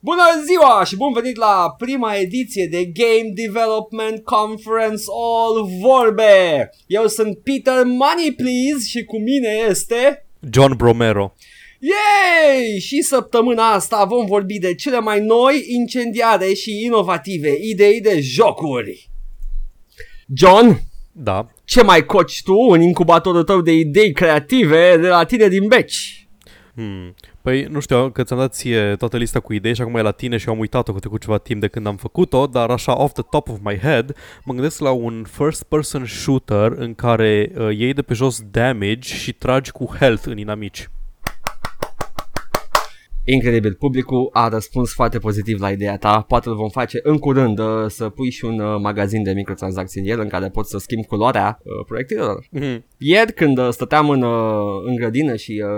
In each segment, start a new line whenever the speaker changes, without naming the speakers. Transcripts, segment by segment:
Bună ziua și bun venit la prima ediție de Game Development Conference All Vorbe. Eu sunt Peter Money Please și cu mine este...
John Bromero.
Yay! Și săptămâna asta vom vorbi de cele mai noi, incendiare și inovative idei de jocuri. John,
Da.
ce mai coci tu în incubatorul tău de idei creative de la tine din beci?
Hmm. Păi nu știu că ți-am dat ție toată lista cu idei și acum e la tine și eu am uitat-o că trecut ceva timp de când am făcut-o, dar așa off the top of my head mă gândesc la un first person shooter în care uh, iei de pe jos damage și tragi cu health în inamici.
Incredibil, publicul a răspuns foarte pozitiv la ideea ta, poate îl vom face în curând uh, să pui și un uh, magazin de microtransacții în el în care poți să schimbi culoarea uh, proiectilor.
Mm-hmm.
Ieri când uh, stăteam în, uh, în grădină și uh,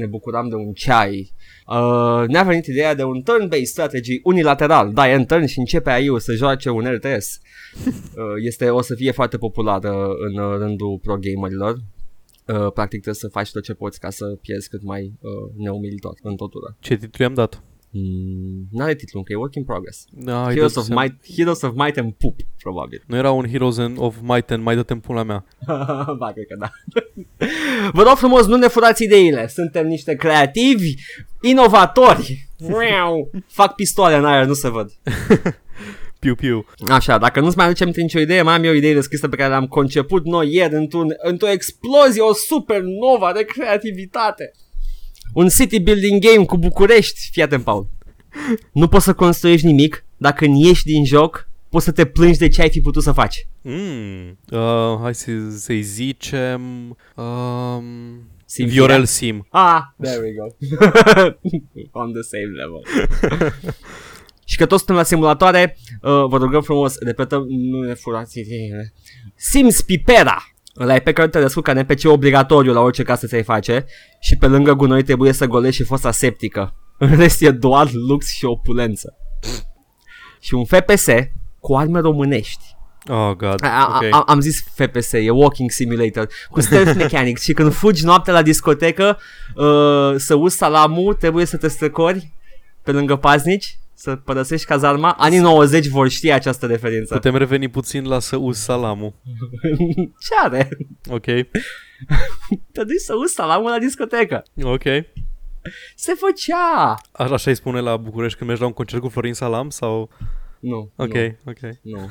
ne bucuram de un ceai, uh, ne-a venit ideea de un turn-based strategy unilateral, dai în turn și începe AI-ul să joace un RTS. Uh, este, o să fie foarte populară în uh, rândul pro-gamerilor. Uh, practic trebuie să faci tot ce poți ca să pierzi cât mai uh, neumilitor în totul.
Ce titlu i-am dat?
Mm, n-are titlu încă, e work in progress.
Da, ai
Heroes
dat
of,
seama.
Might, Heroes of Might and Poop, probabil.
Nu era un Heroes and- of Might and mai dă în pula mea.
ba, cred că da. Vă rog frumos, nu ne furați ideile. Suntem niște creativi, inovatori. Miau. Fac pistoale în aer, nu se văd.
Piu, piu.
Așa, dacă nu-ți mai aducem aminte nicio idee, mai am eu o idee descrisă pe care l-am conceput noi ieri într-un, într-o explozie, o supernova de creativitate. Un city building game cu București, fii atent, Paul. Nu poți să construiești nimic, dacă când ieși din joc, poți să te plângi de ce ai fi putut să faci. Hmm.
Mm. Uh, hai să- să-i zicem... Uh,
Simțirea.
Viorel Sim.
Ah, there we go. On the same level. Și că toți suntem la simulatoare, uh, vă rugăm frumos, repetăm, nu ne furați ideile. Sims Pipera! Ăla e pe care te descurci ca NPC obligatoriu la orice casă ți-ai face și pe lângă gunoi trebuie să golești și fosta septică. În rest e doar lux și opulență. și un FPS cu arme românești.
Oh, God.
A, a,
okay.
a, am zis FPS, e Walking Simulator, cu stealth mechanics și când fugi noaptea la discotecă uh, să uzi salamul, trebuie să te strecori pe lângă paznici, să părăsești cazarma. Anii 90 vor ști această referință.
Putem reveni puțin la să uzi salamul,
Ce are?
ok?
Te duci să uzi salamul la discotecă.
Ok.
Se făcea!
A- Așa îi spune la București când mergi la un concert cu Florin Salam sau...
Nu.
Ok,
Nu.
ok.
nu.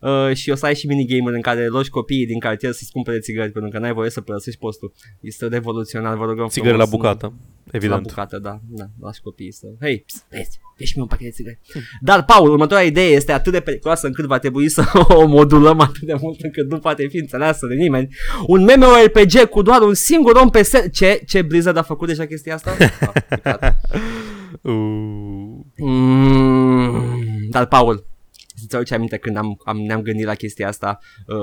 Uh, și o să ai și minigamer în care rogi copiii din cartier să-ți cumpere țigări pentru că n-ai voie să părăsești postul. Este revoluționar, vă rugăm
Țigări la
frumos, nu-
bucată,
La
evident.
bucată, da, da, lași copiii să... Hei, pst, vezi, ieși mi un pachet de țigări. Dar, Paul, următoarea idee este atât de periculoasă încât va trebui să o modulăm atât de mult încât nu poate fi înțeleasă de nimeni. Un MMORPG cu doar un singur om pe ser... Ce? Ce Blizzard a făcut deja chestia asta? A, uitat.
Uh,
Mm, dar, Paul, să-ți aduci aminte când am, am, ne-am gândit la chestia asta, uh,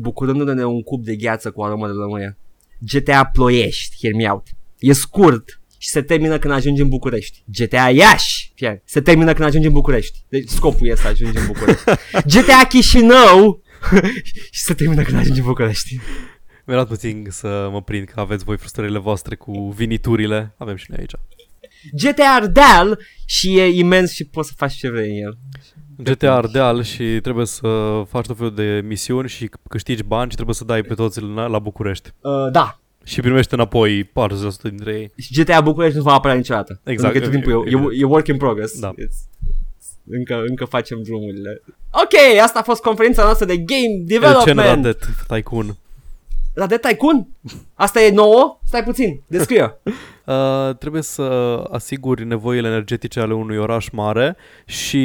bucurându-ne de un cup de gheață cu aromă de lămâie. GTA Ploiești, hear me out. E scurt și se termină când ajungi în București. GTA Iași, fie, se termină când ajungi în București. Deci scopul e să ajungi în București. GTA Chișinău și se termină când ajungi în București.
mi-a dat puțin să mă prind că aveți voi frustrările voastre cu viniturile. Avem și noi aici.
GTA Ardeal și e imens și poți să faci ce vrei în el.
GTA Ardeal și trebuie să faci tot felul de misiuni și c- câștigi bani și trebuie să dai pe toți la la București.
Uh, da,
Și primești înapoi 40% dintre ei.
Și GTA București nu va apărea niciodată.
Exact,
Pentru că tot timpul e, e, e work in progress.
Da.
It's, it's, încă, încă facem drumurile. Ok, asta a fost conferința noastră de Game
El ce
Development.
radet, Tycoon.
La de Tycoon? Asta e nouă? Stai puțin, descrie
Uh, trebuie să asiguri nevoile energetice ale unui oraș mare și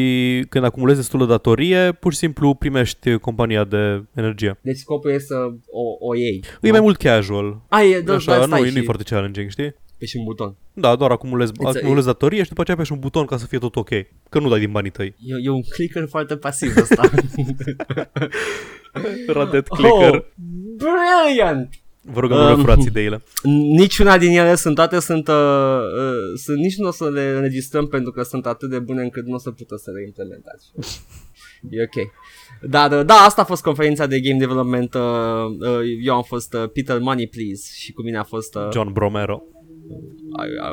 când acumulezi destulă datorie, pur și simplu primești compania de energie.
Deci scopul e să o, o iei.
E mai mult casual.
A, e, da,
Așa,
da,
nu,
stai
e- nu e
și
foarte challenging, știi?
și un buton.
Da, doar acumulezi,
a-
acumulezi datorie și după aceea apeși un buton ca să fie tot ok. Că nu dai din banii tăi.
E, e un clicker foarte pasiv ăsta.
Radet clicker.
Oh, brilliant!
Vă rugăm, um.
Um.
nu furați ideile.
Niciuna din ele sunt toate sunt, uh, uh, sunt nici nu o să le înregistrăm pentru că sunt atât de bune încât nu o să puteți să le implementați. E ok. Dar uh, da, asta a fost conferința de game development. Uh, uh, eu am fost uh, Peter Money Please și cu mine a fost uh,
John Bromero.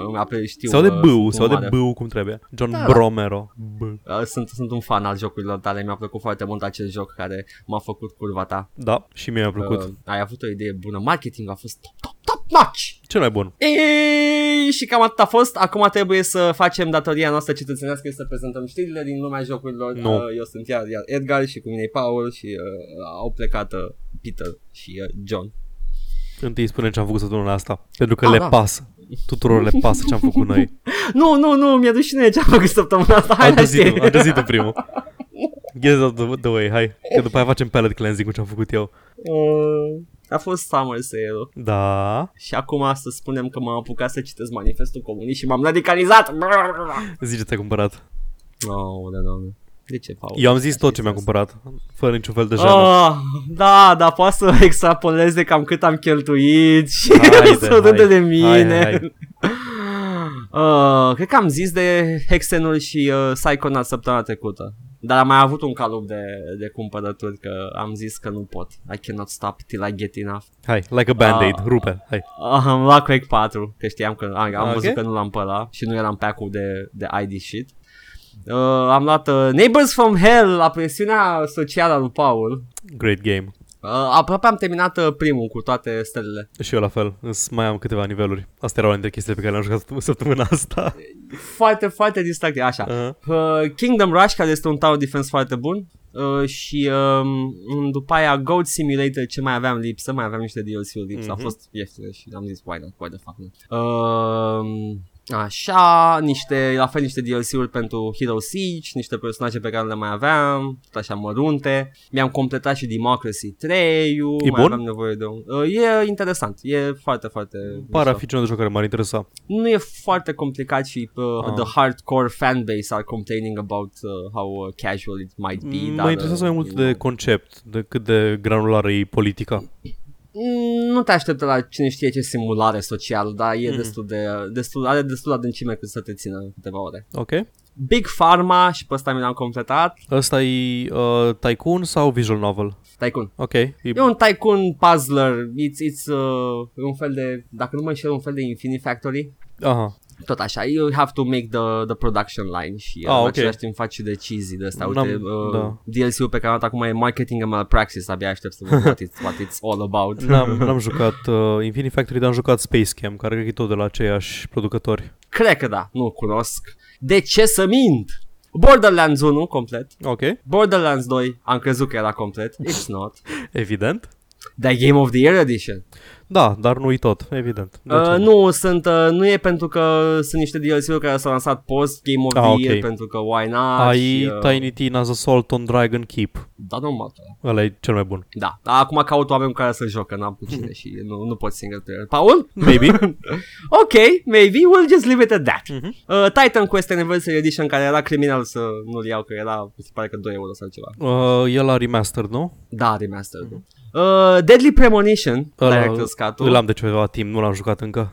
îmi apre- știu...
Se aude
uh,
bău,
sunt
se aude
urmare.
bău cum trebuie. John
Da.
Bromero. B.
Uh, Sunt, sunt un fan al jocurilor tale, mi-a plăcut foarte mult acel joc care m-a făcut curva ta.
Da, și mie mi-a plăcut.
Uh, ai avut o idee bună, marketing a fost top, top, top notch!
Cel mai bun.
Ei, și cam atât a fost, acum trebuie să facem datoria noastră cetățenească să prezentăm știrile din lumea jocurilor.
Nu.
Uh, Eu sunt iar, iar Edgar și cu mine e Paul și uh, au plecat uh, Peter și uh, John.
Întâi spune ce am făcut săptămâna asta. Pentru că
Ah,
le
da.
pasă. Tuturor le pasă ce am făcut noi.
Nu, nu, nu, mi-a dus și ce am făcut săptămâna asta. Hai
Am
la
găsit-o,
știri.
am găsit-o primul. Get it out the- the way, hai. Că după aia facem palette cleansing cu ce am făcut eu.
Uh, A fost Summer Sale
Da.
și acum să spunem că m-am apucat să citesc manifestul comunist și m-am radicalizat.
Zici ce ți-ai cumpărat.
Oh, de doamne. De ce, Paul?
Eu am zis tot ce mi-am cumpărat. Fără niciun fel de jenă.
Ah, da, dar poate să extrapoleze cam cât am cheltuit și
Haide,
să râde
hai.
de
Hai,
mine.
hai, hai.
Uh, cred că am zis de Hexenul și uh, Psychonaut săptămâna trecută. Dar am mai avut un calup de, de cumpărături că am zis că nu pot. I cannot stop till I get enough.
Hai, like a band-aid,
Ah.
rupe. Hai.
Uh, am luat Quake 4, că știam că am, am
Ok.
văzut că nu l-am pe ăla și nu eram pack-ul de, de ID shit. Uh, am luat uh, Neighbors from Hell, la presiunea socială a lui Paul.
Great game.
Uh, aproape am terminat uh, primul cu toate stelele.
Și eu la fel, îns mai am câteva niveluri. Astea erau dintre chestiile pe care le-am jucat săptăm- săptămâna asta.
Foarte, foarte distractiv, așa.
Uh-huh.
Uh, Kingdom Rush, care este un tower defense foarte bun. Uh, și um, după aia Goat Simulator, ce mai aveam lipsă, mai aveam niște DLC-uri lipsă, mm-hmm. a
Mhm.
fost ieftine și am zis, why not, why the fuck not. Uh, Așa, niște, la fel niște DLC-uri pentru Hero Siege, niște personaje pe care le mai aveam, tot așa mărunte. Mi-am completat și Democracy 3
E
mai
bun?
aveam nevoie de un... Uh, e interesant, e foarte, foarte...
Pare a
mișto
fi genul de joc care m-ar interesa.
nu e foarte complicat și uh,
Ah.
the hardcore fanbase are complaining about uh, how uh, casual it might be.
Mm, Mă
dar,
interesează
uh,
mai mult
you
de
know.
concept decât de granulară e politica.
Mm, Nu te așteptă la cine știe ce simulare social, dar e
Mm.
destul de, destul, are destul adâncime cât să te țină câteva ore.
Ok?
Big Pharma și pe ăsta mi l-am completat.
Ăsta e uh, tycoon sau visual novel?
Tycoon.
Ok. E,
E un tycoon puzzler, it's, it's uh, un fel de, dacă nu mă înșel, un fel de Infinity Factory.
Aha.
Tot așa, you have to make the, the production line și ah,
Ah,
în
ok.
același timp faci și decizii de astea. Uite,
N-am-
uh,
da.
DLC-ul pe care am dat acum e marketing and malpractice, abia aștept să văd what it's, what it's all about.
N-am, n-am jucat uh, Infinity Factory, dar am jucat Space Camp, care cred că e tot de la aceiași producători.
Cred că da, nu cunosc. De ce să mint? Borderlands 1 complet,
Ok.
Borderlands 2 am crezut că era complet, it's not.
Evident.
The Game of the Year Edition.
Da, dar nu-i tot, evident. De
Uh,
ce?
nu, sunt, uh, nu e pentru că sunt niște DLC-uri care s-au lansat post Game of
Ah,
the
ok.
Year, pentru că why not?
Ai
și,
uh... Tiny Tina's Assault on Dragon Keep.
Da, nu mă
Ăla e cel mai bun.
Da, dar acum caut oameni cu care să jocă, n-am cu cine și nu, nu pot single player. Paul?
Maybe.
Ok, maybe we'll just leave it at that.
Mhm.
Uh, Titan Quest Anniversary Edition, care era criminal să nu-l iau, că era, mi se pare că 2 euro sau ceva.
Uh, e la remaster, nu?
Da, remastered. Uh, Deadly Premonition,
Mhm. Ăla
Director's cut
Îl
uh,
am de ceva timp, nu l-am jucat încă.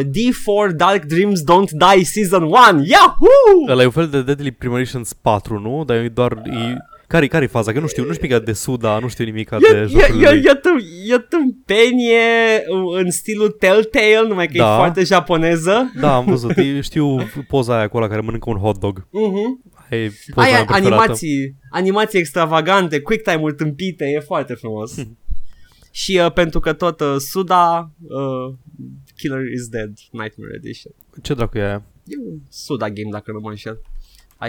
D4 Dark Dreams Don't Die Season 1, Yahoo!
Ăla e un fel de Deadly Premonitions 4, nu? Dar e doar... E... Care-i, care-i faza? Că nu știu, nu știu nimic de Suda, nu știu nimic
E,
de
e,
jocurile
e,
lui.
e, tâm- e tâmpenie uh, în stilul Telltale, numai că e
Da.
foarte japoneză.
Da, am văzut. E- Știu poza aia cu ăla care mănâncă un hot dog.
Mhm.
Aia e poza
Aia
mea preferată.
animații, animații extravagante, quick time-uri tâmpite, e foarte frumos.
Hmm.
Și uh, pentru că tot uh, Suda uh, Killer is Dead Nightmare Edition.
Ce dracu e aia?
E un Suda game dacă nu mă înșel.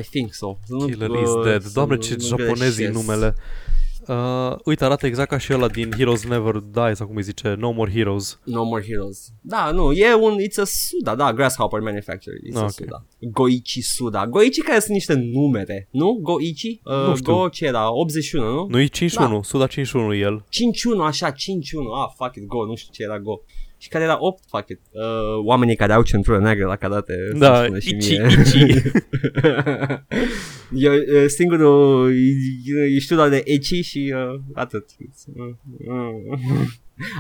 I think so. Să nu,
Killer
uh,
is dead.
să
Doamne,
nu-
ce
nu
japonezii
greșesc.
numele. Uh, uite, arată exact ca și ăla din Heroes Never Die, sau cum îi zice, No More Heroes.
No More Heroes. Da, nu, e un It's a Suda, da, Grasshopper Manufacturer. It's a
Ah, Ok.
Suda. Goichi Suda. Goichi care sunt niște numere, nu? Goichi? Uh,
Nu știu.
Go ce era? 81, nu?
Nu e
Da.
51, Suda 51 e el.
5-1, așa, 5-1, ah, fuck it, go, nu știu ce era go. Și care era 8, fuck it. Uh, oamenii care au centură neagră la cadate,
Da,
spune și
ichi,
mie.
ichi.
Eu uh, singurul, uh, eu știu doar de eci și uh, atât. Uh, uh.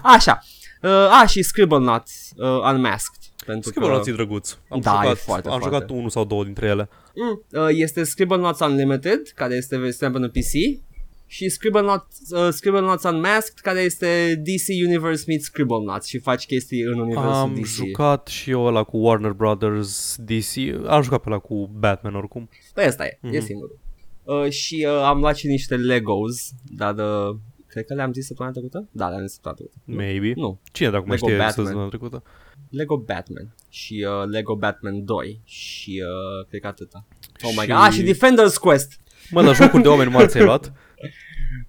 Așa. Uh, a, și Scribblenauts uh, Unmasked. Pentru
Schimbă
că...
luați drăguț. Am
Da, e
jucat,
foarte,
am
foarte.
jucat unul sau două dintre ele.
Mm, uh, este Scribblenauts Unlimited, care este versiunea pentru PC și Scribblenauts, uh, Scribblenauts Unmasked, care este DC Universe meets Scribblenauts și faci chestii în universul
Am
DC.
jucat și eu ăla cu Warner Brothers, DC, am jucat pe ăla cu Batman oricum.
Păi asta e, mm-hmm. e
Mhm.
singurul. Uh, și uh, am luat și niște Legos, dar uh, cred că le-am zis săptămâna trecută? Da, le-am zis săptămâna trecută.
Maybe.
Nu,
Cine dacă mai
Lego
știe
Batman.
sezonul trecută?
Lego Batman și uh, Lego Batman 2 și uh, cred că atâta. Oh my
Și-
god, ah, și Defender's Quest.
Mă, dar jocuri de oameni mari ți-ai luat?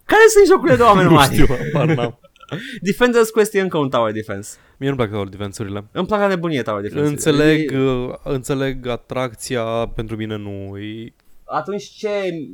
Care sunt jocurile de oameni
nu
mari?
știu, apar n-am.
Defender's Quest e încă un tower defense.
Mie nu-mi plac toate defensurile.
Îmi plac la nebunie tower defense.
Înțeleg, uh, înțeleg atracția, pentru mine nu e...
Atunci ce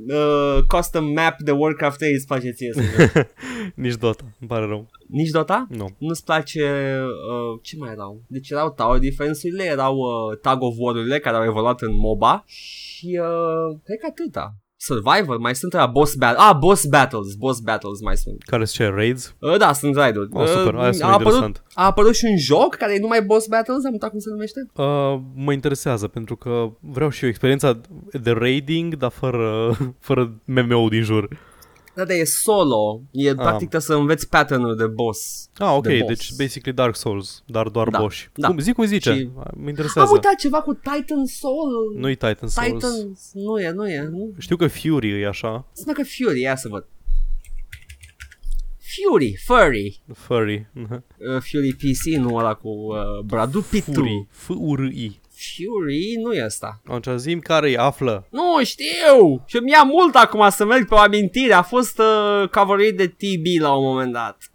uh, custom map de Warcraft 3 îți place ție să joci?
Nici Dota, îmi pare rău.
Nici Dota?
Nu.
Nu-ți place, uh, ce mai erau? Deci erau tower defense-urile, erau uh, tag of war-urile care au evoluat în MOBA și uh, cred că atâta. Survivor, mai sunt la boss battle. Ah, boss battles, boss battles mai sunt.
Care sunt ce, raids?
Uh, da, sunt raid-uri. Uh,
Oh, super, aia
a,
sună
apărut,
interesant.
a apărut și un joc care e numai boss battles, am uitat cum se numește.
Uh, mă interesează pentru că vreau și eu experiența de raiding, dar fără, fără mmo din jur.
Da, dar e solo. E ah. practic trebuie să înveți pattern-ul de boss.
Ah, ok,
The boss.
deci basically Dark Souls, dar doar
Da,
boss.
da.
Cum, zic cum zice,
Și-
mă
Am
interesează.
uitat ceva cu Titan Soul.
Nu-i Titan Souls.
Titan, nu e, nu e, nu.
Știu că Fury e așa,
Sună că Fury, ia să văd. Fury, Furry.
Furry. Mhm.
Uh, Fury PC, nu ăla cu uh, Bradu Pitu.
Fury,
Fury.
F-U-R-I.
Fury nu e asta.
Atunci zim care îi află.
Nu știu! Și mi-a mult acum să merg pe o amintire. A fost uh, coverit de TB la un moment dat.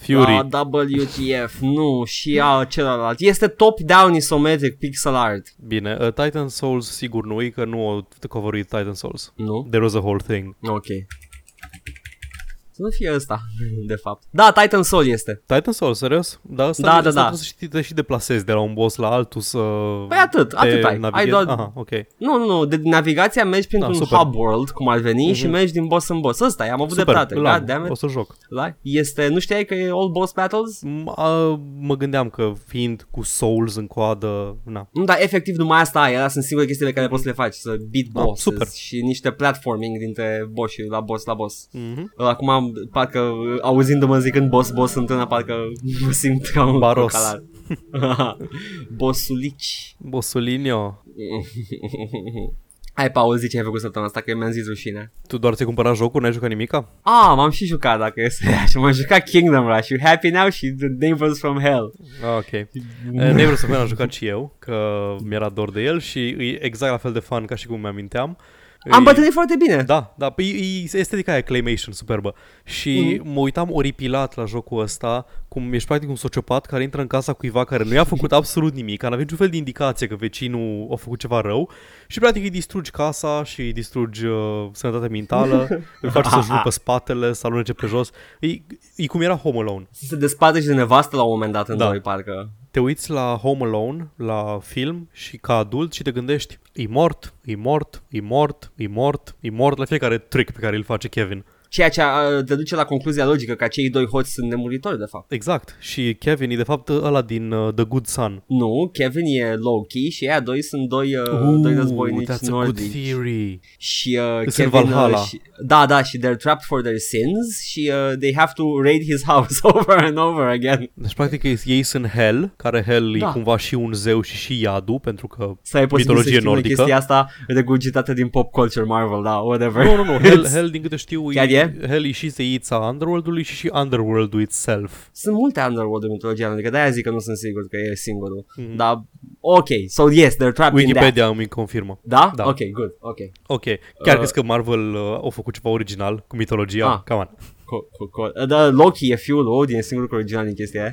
Fury.
La WTF, nu, și a celălalt. Este top-down isometric pixel art.
Bine, uh, Titan Souls sigur nu e, că nu au coverit Titan Souls.
Nu?
There was a whole thing.
Ok. Să nu fie ăsta, de fapt. Da, Titan Soul este.
Titan Souls, serios? Da, asta,
Da, da,
asta
da.
trebuie să știi, te și deplasezi de la un boss la altul să...
Păi atât,
te
atât ai. ai
navighezi.
doar...
Aha, ok.
Nu, nu, nu, de navigația mergi printr-un
Da,
da,
super. Mhm.
hub world, cum ar veni, mm-hmm. și mergi din boss în boss. Ăsta e, am avut
Super,
dreptate.
îl
God
am,
damn
o
it.
să joc.
Da? Este, nu știai că e all boss battles?
M- a, mă gândeam că fiind cu Souls în coadă, na.
Nu, dar efectiv numai asta ai, alea sunt singurele chestiile care poți să le faci, să beat
Da,
bosses
super.
și niște platforming dintre boss la boss la boss.
Mhm.
Acum, parcă, auzindu-mă zicând boss, boss întâlnă, parcă mă simt ca un
Baros.
cocalar. Bossulici.
Bossolinio,
Hai, Paul, zi ce ai făcut săptămâna asta, că mi-am zis rușine.
tu doar ți-ai cumpărat jocul, n-ai jucat nimica?
Ah, m-am și jucat dacă este așa, m-am jucat Kingdom Rush, You Happy Now și The Neighbors from Hell.
Ah, ok. Eh, Neighbors of Man am jucat și eu, că mi-era dor de el și e exact la fel de fan ca și cum mi-aminteam.
Am
E-
bătrânit foarte bine.
Da, da, păi e, e estetica aia claymation superbă și mă uitam oripilat la jocul ăsta, cum ești practic un sociopat care intră în casa cuiva care nu i-a făcut absolut nimic, n-avea niciun fel de indicație că vecinul a făcut ceva rău și practic îi distrugi casa și îi distrugi uh, sănătatea mentală, îl faci să-și rupă spatele, să alunece pe jos, e, e cum era Home Alone.
Se desparte și de nevastă la un moment dat în
Da.
doi, parcă.
te uiți la Home Alone, la film și ca adult și te gândești, e mort, e mort, e mort, e mort, e mort la fiecare trick pe care îl face Kevin.
Ceea ce uh, te duce la concluzia logică că cei doi hoți sunt nemuritori, de fapt.
Exact. Și Kevin e de fapt ăla din uh, The Good Son.
Nu, Kevin e low-key și ea doi sunt doi, uh, doi războinici
that's a good
nordici.
theory.
Și uh,
Sunt
Kevin...
Valhalla.
Uh, și, da, da, și they're trapped for their sins și uh, they have to raid his house over and over again.
Deci practic ei- ei sunt Hel, care Hel
Da.
e cumva și un zeu și și iadul, pentru că...
Să ai posibil să
Mitologie
știi
nordică.
chestia asta regurgitată din pop culture Marvel, da, whatever.
Nu, nu, nu, Hel, Hel din câte știu,
Chiar e?
Hel e și zeița Underworld-ului și și Underworld-ul itself.
Sunt multe underworld în mitologia nordică, de-aia zic că nu sunt sigur că e singurul. Dar, ok, so yes, they're trapped in that.
Mhm. Wikipedia îmi confirmă.
Da?
Da.
Ok, good, ok.
Ok, chiar
Uh,
crezi că Marvel uh, au făcut ceva original cu mitologia?
Ah.
Ah. Come on.
Co- co- co- da, Loki e fiul lui Odin, e singurul cu original din chestia aia.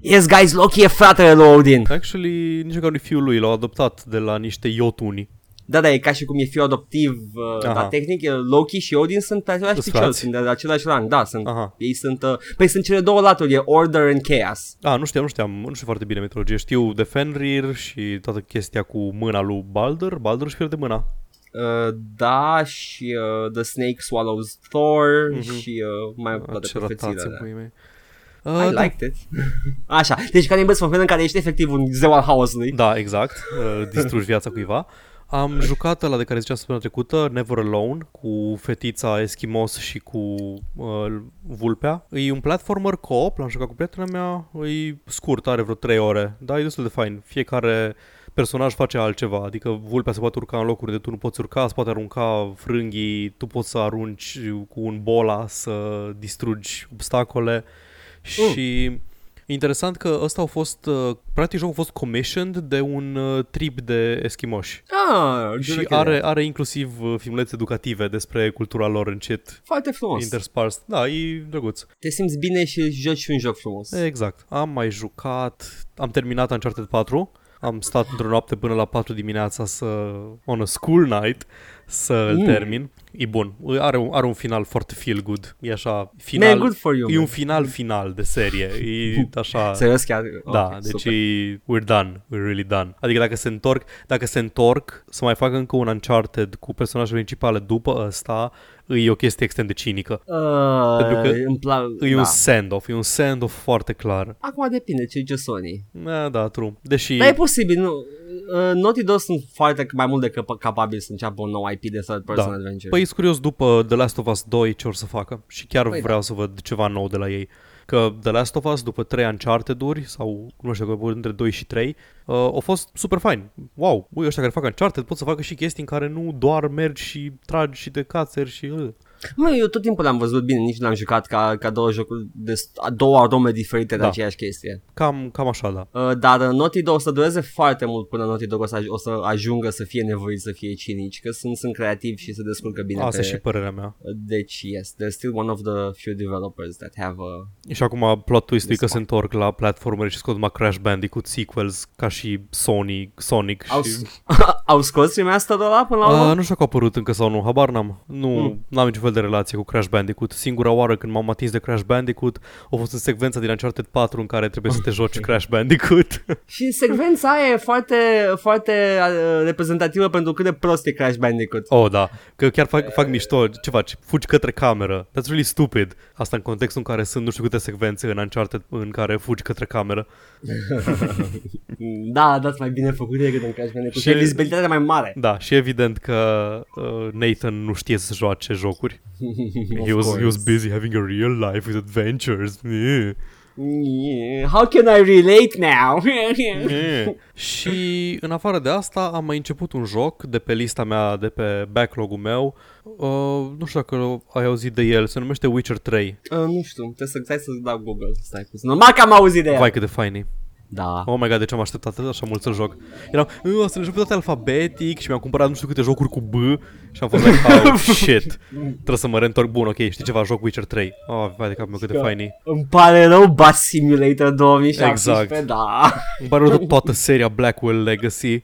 yes, guys, Loki e fratele lui Odin.
Actually, nici măcar nu fiul lui l-au adoptat de la niște iotuni.
Da, da, e ca și cum e fiul adoptiv, uh,
Aha.
dar tehnic e- Loki și Odin sunt pe același
Sunt
picior,
frați.
sunt de la același rang, da, sunt,
Aha.
ei sunt, uh, păi sunt cele două laturi, e Order and Chaos.
Ah, nu știam, nu știam, nu știu foarte bine mitologie. Știu de Fenrir și toată chestia cu mâna lui Baldur. Baldur își pierde mâna.
Uh, da, și uh, The Snake Swallows Thor și uh, mai toate
Mhm. Ah, Ce
profețiile
ratați în
alea.
puii mei.
I
Uh, da,
liked it. Așa, deci Cannibals from Hell în care ești efectiv un zeu al haosului.
da, exact. Uh, distrugi viața cuiva. Am jucat la de care ziceam săptămâna trecută, Never Alone, cu fetița Eschimos și cu uh, vulpea. E un platformer co-op, l-am jucat cu prietena mea, e scurt, are vreo 3 ore, dar e destul de fain. Fiecare personaj face altceva, adică vulpea se poate urca în locuri de tu nu poți urca, se poate arunca frânghii, tu poți să arunci cu un bola să distrugi obstacole
Mm.
și... Uh. Interesant că ăsta au fost, uh, practic jocul a fost commissioned de un uh, trip de eschimoși.
Ah,
Da. Și are, are inclusiv uh, filmulețe educative despre cultura lor încet
Foarte frumos.
interspars. Da, e drăguț.
Te simți bine și joci un joc frumos.
Exact. Am mai jucat, am terminat Uncharted 4, am stat într-o noapte până la 4 dimineața să, on a school night, să-l
Mm.
termin. E bun. Are un, are un final foarte feel good. E așa, final,
Man, good for you.
e un
man.
final final de serie. E așa...
Serios chiar?
Da,
Ok,
okay, deci
super.
e, we're done, we're really done. Adică dacă se întorc, dacă se întorc să mai facă încă un Uncharted cu personajele principale după ăsta, e o chestie extrem de cinică.
Uh,
pentru că
îmi plac,
E
da.
un send-off, e un send-off foarte clar.
Acum depinde ce joci Sony.
Da, da, true. Deși...
Dar e posibil, nu. Uh, Naughty Dog sunt foarte mai mult decât capabili să înceapă un nou IP de third person
Da.
adventure.
Păi sunt curios după The Last of Us 2 ce or să facă și chiar
Păi
păi vreau da. să văd ceva nou de la ei. Că The Last of Us, după 3 Uncharted-uri, sau nu știu, că între 2 și 3, uh, au fost super fain. Wow, ui, ăștia care fac Uncharted pot să facă și chestii în care nu doar mergi și tragi și de cațeri și... Uh.
Mă, eu tot timpul l-am văzut bine, nici n-am jucat ca, ca două jocuri, de, două arome diferite da. de
Da.
aceeași chestie.
Cam, cam așa, da.
Uh, dar uh, Naughty Dog o să dureze foarte mult până Naughty Dog o să, aj- o să ajungă să fie nevoit să fie cinici, că sunt, sunt creativi și se descurcă bine
Asta e
pe...
și părerea mea.
Deci, yes, they're still one of the few developers that have uh, a...
Și acum plot twist e că
Despite.
se întorc la platformere și scot numai Crash Bandicoot sequels ca și Sonic, Sonic
Au,
și...
au scos remasterul ăla până la urmă?
Uh, nu știu dacă a apărut încă sau nu, habar n-am. Nu mm. am niciun fel de relație cu Crash Bandicoot. Singura oară când m-am atins de Crash Bandicoot a fost în secvența din Uncharted 4 în care trebuie să te joci Crash Bandicoot.
Și secvența aia e foarte, foarte uh, reprezentativă pentru cât de prost e Crash Bandicoot.
oh, da, că chiar fac, fac mișto. Ce faci? Fugi către cameră. That's really stupid. Asta în contextul în care sunt nu știu câte secvențe în Uncharted în care fugi către cameră.
Da, dați mai bine făcut decât în Crash Bandicoot. Și
Și-
e vizibilitatea mai mare.
Da, și evident că uh, Nathan nu știe să joace jocuri. He was, he was busy having a real life with adventures. Yeah.
Yeah. How can I relate now? Uh,
și în afară de asta am mai început un joc de pe lista mea, de pe backlog-ul meu. Uh, nu știu dacă ai auzit de el, se numește Witcher 3.
Uh, nu știu, trebuie să stai să dau Google. Stai puțin. Numai că am auzit de el.
Vai cât de fain e.
Da.
Oh my god, de ce am așteptat atât așa mult să-l joc? Eram, "Uh, o să le joc pe toate alfabetic și mi-am cumpărat nu știu câte jocuri cu B și am fost like, oh shit, trebuie să mă reîntorc. Bun, ok, știi ceva, joc Witcher 3. Oh, vai de capul meu, cât de
Da.
fain e.
Îmi pare rău Bus Simulator 2017,
Exact.
da.
Îmi pare rău de toată seria Blackwell Legacy.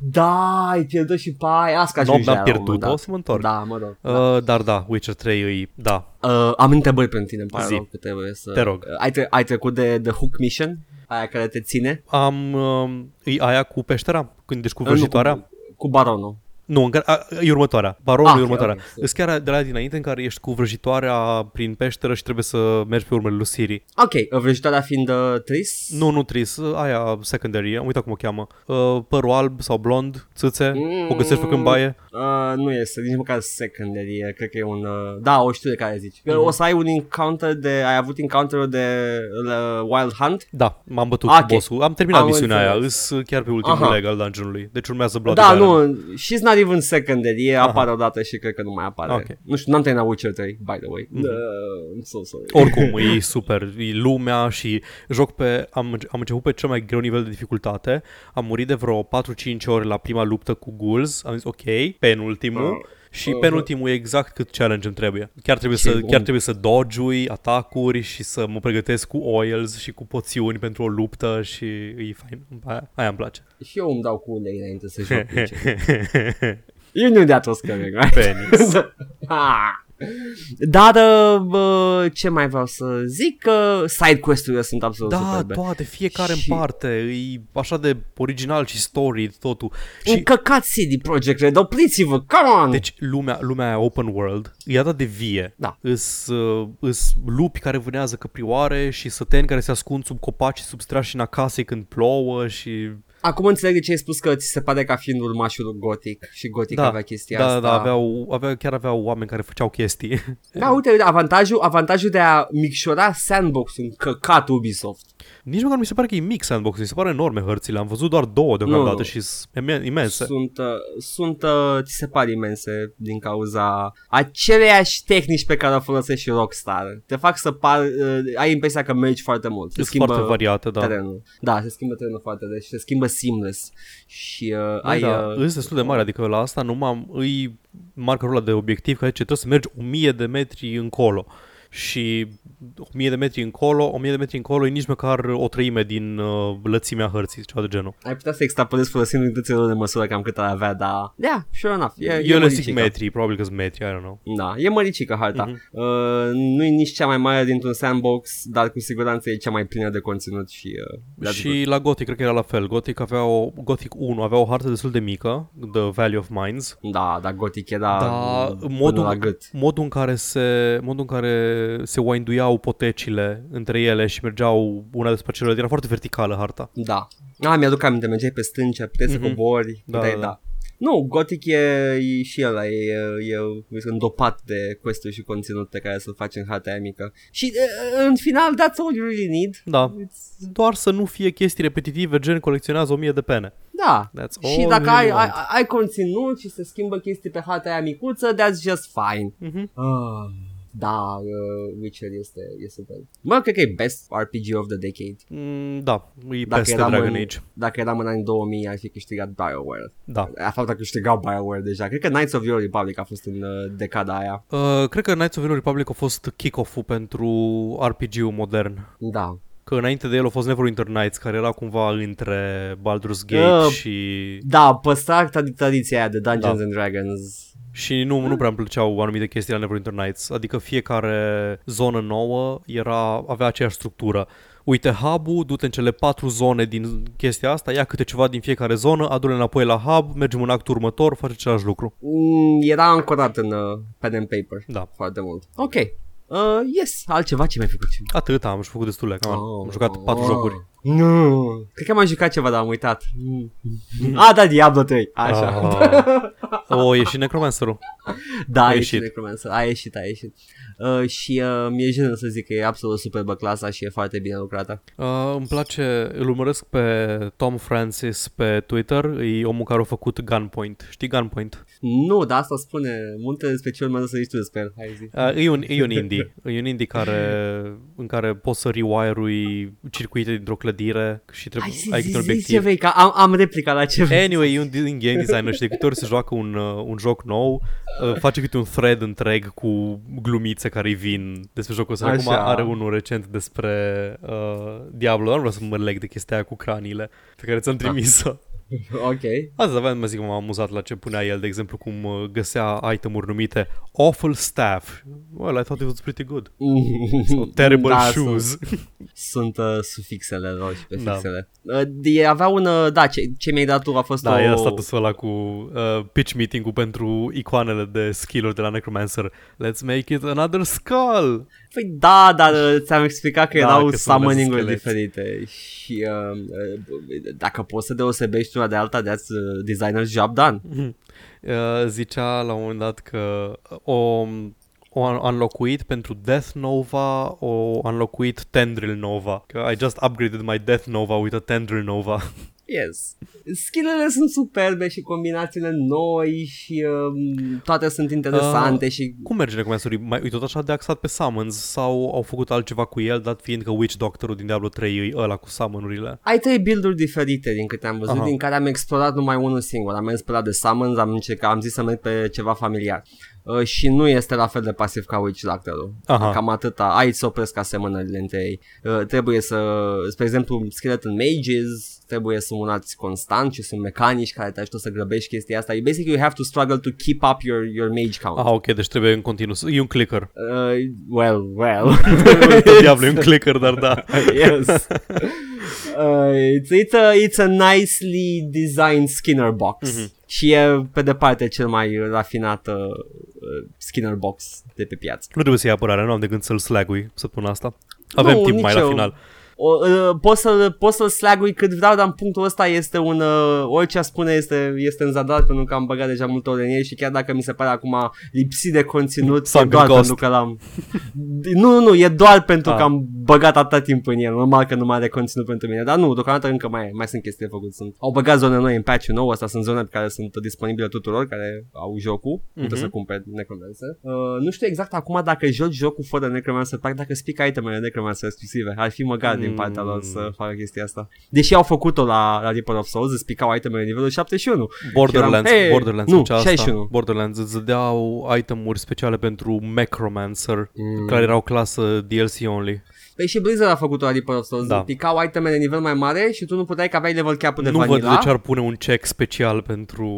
Da, ai pierdut și pe aia. Asta
Nu,
ajungi
n-am
la un moment
pierdut-o,
dat.
o să mă întorc.
Da, mă rog.
Uh, dar da, Witcher 3 e, da,
Uh, am întrebări pentru tine, îmi pare
Zi.
rău că trebuie să...
Te rog.
Uh, Ai, tre- ai trecut de The Hook Mission, aia care te ține, Uh,
Am um, e aia cu peștera, când ești cu
nu,
vrăjitoarea? Nu,
cu baronul.
nu în care, a, e următoarea. Baronul
Ah,
e
ok,
următoarea.
ok,
Okay, chiar de la dinainte în care ești cu vrăjitoarea prin peșteră și trebuie să mergi pe urmele lui Siri.
Ok, uh, vrăjitoarea fiind uh, Tris?
Nu, nu Tris, aia secondary, am uitat cum o cheamă. Uh, părul alb sau blond, țâțe, mm. o găsești făcând baie.
Uh, nu este, nici măcar secondary, uh, cred că e un... Uh, da, o știu de care zici.
Mhm.
Mm-hmm. O să ai un encounter de... Ai avut encounter de uh, Wild Hunt?
Da, m-am bătut
Ah,
okay.
ok.
cu bossul. Am terminat
Am
am misiunea aia,
înțeles.
îs chiar pe ultimul
Aha.
leg al dungeon-ului. Deci urmează Blood
da, nu, she's not even secondary, Aha. apare odată și cred că nu mai apare.
Ok. Mhm.
Nu știu, n-am terminat Witcher 3, by the way. Mm-hmm. Uh, I'm so sorry.
Oricum, e super, e lumea și joc pe, am, am început pe cel mai greu nivel de dificultate, am murit de vreo 4-5 ore la prima luptă cu ghouls, am zis ok, penultimul, și penultimul e exact cât challenge îmi trebuie. Chiar trebuie,
Ah, Ce
să,
bun.
chiar trebuie să dodge atacuri și să mă pregătesc cu oils și cu poțiuni pentru o luptă și e fain. Aia, aia îmi place.
Și eu îmi dau cu ulei înainte să joc Witcher. You knew that was coming, right?
Penis.
Ah. Dar uh, bă, ce mai vreau să zic? Că side quest-urile sunt absolut
Da,
superbe.
toate, fiecare
Și-
în parte, e așa de original și story totul. Și
Încăcați CD Projekt Red, opriți-vă, come on!
Deci lumea, lumea aia open world e atât de vie.
Mm. Da.
Îs, uh, îs lupi care vânează căprioare și săteni care se ascund sub copaci, sub strași în acasă când plouă și...
Acum înțeleg de ce ai spus că ți se pare ca fiind urmașul Gothic și Gothic
Da,
avea chestia
da,
asta.
da, aveau, aveau, chiar aveau oameni care făceau chestii.
Da, uite, uite, avantajul, avantajul de a micșora sandbox-ul în căcat Ubisoft.
Nici măcar mi se pare că e mic sandbox, mi se pare enorme hărțile. Am văzut doar două deocamdată
Nu.
și sunt imense.
Sunt, uh, sunt uh, ți se pare imense din cauza aceleiași tehnici pe care o folosește și Rockstar. Te fac să par, uh, ai impresia că mergi foarte mult. Se
Sunt foarte variate, da.
terenul. Da, se schimbă terenul foarte des și se schimbă seamless. Și uh,
Ai,
ai...
da,
Uh,
îs destul de mare, adică la asta nu m-am, îi marcarul ăla de obiectiv care zice trebuie să mergi 1000 de metri încolo și 1000 de metri încolo, 1000 de metri încolo e nici măcar o treime din uh, lățimea hărții, ceva de genul.
ai putea să extrapolezi folosind unitățile de măsură cam cât ar avea, dar... Yeah, sure enough. E, e
Eu le zic Mhm.
măricică.
metri, probabil că sunt metri, I don't know.
Da, e măricică harta. Mm-hmm. Uh, nu e nici cea mai mare dintr-un sandbox, dar cu siguranță e cea mai plină de conținut și... Uh, de
și
atât.
la Gothic cred că era la fel. Gothic avea o, Gothic 1 avea o hartă destul de mică, The Valley of Mines,
Da, da, gotic era
Da,
până
modul-
la gât.
modul în care se, modul în care se winduiau potecile între ele și mergeau una despre celălalt, era foarte verticală harta.
Da. A, mi-aduc aminte, mergeai pe stânge, puteai să
Mhm.
cobori,
Da,
da, da,
da,
da. Nu, Gothic e, e și el, e, e, e îndopat de quest și conținut pe care să-l faci în harta aia mică. Și uh, în final, that's all you really need.
Da,
It's...
doar să nu fie chestii repetitive, gen colecționează 1000 de pene.
Da.
That's all
Și dacă
you
ai, ai,
want.
ai conținut și se schimbă chestii pe harta aia micuță, that's just fine.
Mhm.
Ah, da, uh, Witcher este, e super. Mă, cred că e best RPG of the decade.
Mm, da, e
Dacă
peste
eram
Dragon
în-
Age.
Dacă eram în anii 2000, ar fi câștigat BioWare.
Da.
A fapt a câștigat BioWare deja. Cred că Knights of the Old Republic a fost în uh, decada aia.
Uh, cred că Knights of the Old Republic a fost kick-off-ul pentru RPG-ul modern.
Da.
Că înainte de el a fost Neverwinter Nights, care era cumva între Baldur's Gate
Uh,
și...
Da, păstra tradi- tradiția aia de Dungeons da.
Da.
and Dragons.
Și nu, nu prea îmi plăceau anumite chestii la Neverwinter Nights, adică fiecare zonă nouă era, avea aceeași structură. Uite hub-ul, du-te în cele patru zone din chestia asta, ia câte ceva din fiecare zonă, adu-le înapoi la hub, mergem în actul următor, face același lucru.
Mm, era ancorat în uh, pen and paper.
Da.
Foarte mult. Ok. Uh, yes, altceva ce mi-ai făcut?
Atât am și făcut destule, cam oh, am jucat patru jocuri.
Nu. Cred că am jucat ceva, dar am uitat. Mm. ah, da, Diablo 3. Așa.
Ah. o, e și Necromancer-ul.
Da,
A
a
ieșit.
ieșit Necromancer, a ieșit, a ieșit. Uh, și uh, mi-e jenă să zic că e absolut superbă clasa și e foarte bine lucrată.
Uh, îmi place, îl urmăresc pe Tom Francis pe Twitter, e omul care a făcut Gunpoint. Știi Gunpoint?
Nu, dar asta spune multe despre ce urmează să zici tu despre el. Hai zi.
Uh, e, un, e un indie, e un indie care, în care poți să rewire-ui circuite dintr-o clădire și trebuie,
Hai zi,
ai
zi,
câte
zi,
un
zi ce
obiectiv.
vrei, că am, am replica la ce vrei.
Anyway, e un din- game designer și de câte ori se joacă un, uh, un joc nou, uh, face câte un thread întreg cu glumițe care îi vin despre jocul ăsta. Acum
Așa.
are unul recent despre uh, Diablo, nu vreau să mă leg de chestia aia cu craniile pe care ți-am trimis-o.
Ok.
Asta aveam, mă zic, m-am amuzat la ce punea el, de exemplu, cum uh, găsea itemuri numite Awful Staff. Well, I thought it was pretty good. Sau Terrible
Da,
Shoes.
Sunt, sunt uh, sufixele roșii pe
Da.
fixele. Da. Uh, de- avea un, uh, da, ce, ce mi-ai dat tu a fost
Da,
o...
era statusul ăla cu uh, pitch meeting-ul pentru icoanele de skill-uri de la Necromancer. Let's make it another skull!
Păi da, dar uh, ți-am explicat că
Da,
erau
că sunt
summoning-uri
scheleți.
diferite și uh, uh, dacă poți să deosebești una de alta, that's uh, designer's job done.
Uh, zicea la un moment dat că o, o a a înlocuit pentru Death Nova, o a înlocuit Tendril Nova. Că I just upgraded my Death Nova with a Tendril Nova.
Yes. Skillurile sunt superbe și combinațiile noi și um, toate
Ah.
sunt interesante uh, și
Cum merge recomansul? Mai e tot așa de axat pe summons sau au făcut altceva cu el, dat fiind că Witch Doctorul din Diablo 3 e ăla cu summonurile?
ai trei build-uri diferite din câte am văzut,
Aha.
din care am explorat numai unul singur. Am mers pe la de summons, am încercat, am zis să merg pe ceva familiar. Uh, și nu este la fel de pasiv ca Witch Doctor-ul.
Aha.
Cam atâta. Aici se opresc asemănările între ei. Uh, trebuie să, spre exemplu, Skeleton Mages, trebuie să unați constant și sunt mecanici care te ajută să grăbești chestia asta. You basically you have to struggle to keep up your, your mage count.
Ah, ok, deci trebuie în continuu. să- E un clicker.
Uh, well, well.
Tot Diablo e un clicker, dar da.
yes. Uh, it's, it's, a, it's a nicely designed Skinner box.
Mhm.
Mm-hmm. Și e pe departe cel mai rafinat uh, uh, Skinner box de pe piață.
Nu trebuie să iei apărare, nu am de gând să-l slagui săptămâna asta. Avem
Nu,
timp mai
nici
la
eu.
final.
O, uh, pot, să, pot să-l slagui cât vreau, dar în punctul ăsta este un... Uh, orice aș spune este, este în zadar pentru că am băgat deja multe ori în el și chiar dacă mi se pare acum lipsit de conținut,
Sunk
e doar
in
pentru
cost.
că l-am... Nu, nu, nu, e doar pentru
Ah.
că am băgat atâta timp în el. Normal că nu mai are conținut pentru mine, dar nu, deocamdată încă mai, mai sunt chestii de făcut. Sunt, au băgat zone noi în patch nou, asta sunt zone pe care sunt disponibile tuturor care au jocul. Nu
Mhm.
trebuie să cumperi necromancer. Uh, nu știu exact acum dacă joci jocul fără necromancer, parcă dacă spic itemele necromancer exclusive. Ar fi măgar din partea lor
Mm.
să facă chestia asta. Deși au făcut-o la, la Reaper of Souls, îți spicau itemele nivelul 71.
Borderlands,
Eram, hey,
Borderlands
nu,
făcea asta.
61.
Borderlands îți dădeau itemuri speciale pentru Macromancer,
Mm.
care erau clasă DLC only.
Păi și Blizzard a făcut-o la Reaper of Souls.
Da.
Da. Picau itemele nivel mai mare și tu nu puteai că aveai level cap-ul de
nu
vanilla.
văd de ce ar pune un check special pentru...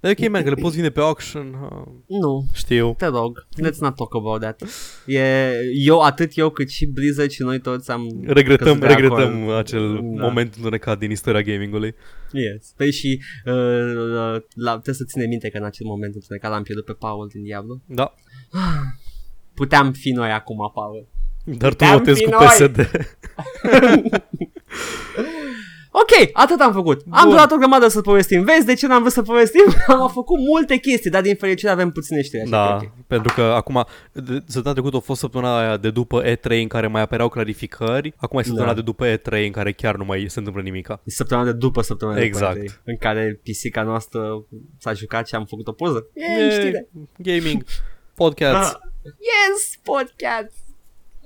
Dar e ok, man, că le poți vinde pe auction, ha,
Nu,
știu.
Te rog, let's not talk about that. E, eu, atât eu cât și Blizzard și noi toți am...
Regretăm,
căzut de
regretăm
acord.
acel
Da.
moment întunecat din istoria gamingului.
Yes. Păi și uh, la, trebuie să ținem minte că în acel moment în care l-am pierdut pe Paul din Diablo,
Da,
puteam fi noi acum, Paul.
dar tu
Puteam
votezi
fi
cu
noi.
PSD.
Ok, atât am făcut. Am
Bun.
durat o grămadă să povestim. Vezi de ce n-am vrut să povestim? am făcut multe chestii, dar din fericire avem puține știri. așa că e
Da,
ok.
pentru că acum, de- săptămâna trecută a fost săptămâna aia de după E3 în care mai apăreau clarificări, acum e săptămâna
Da.
de după E3 în care chiar nu mai se întâmplă nimica.
E săptămâna de după săptămâna
Exact.
de după, în care pisica noastră s-a jucat și am făcut o poză.
Yay,
Yay, știre.
Gaming, podcast,
Ah. Yes, podcast.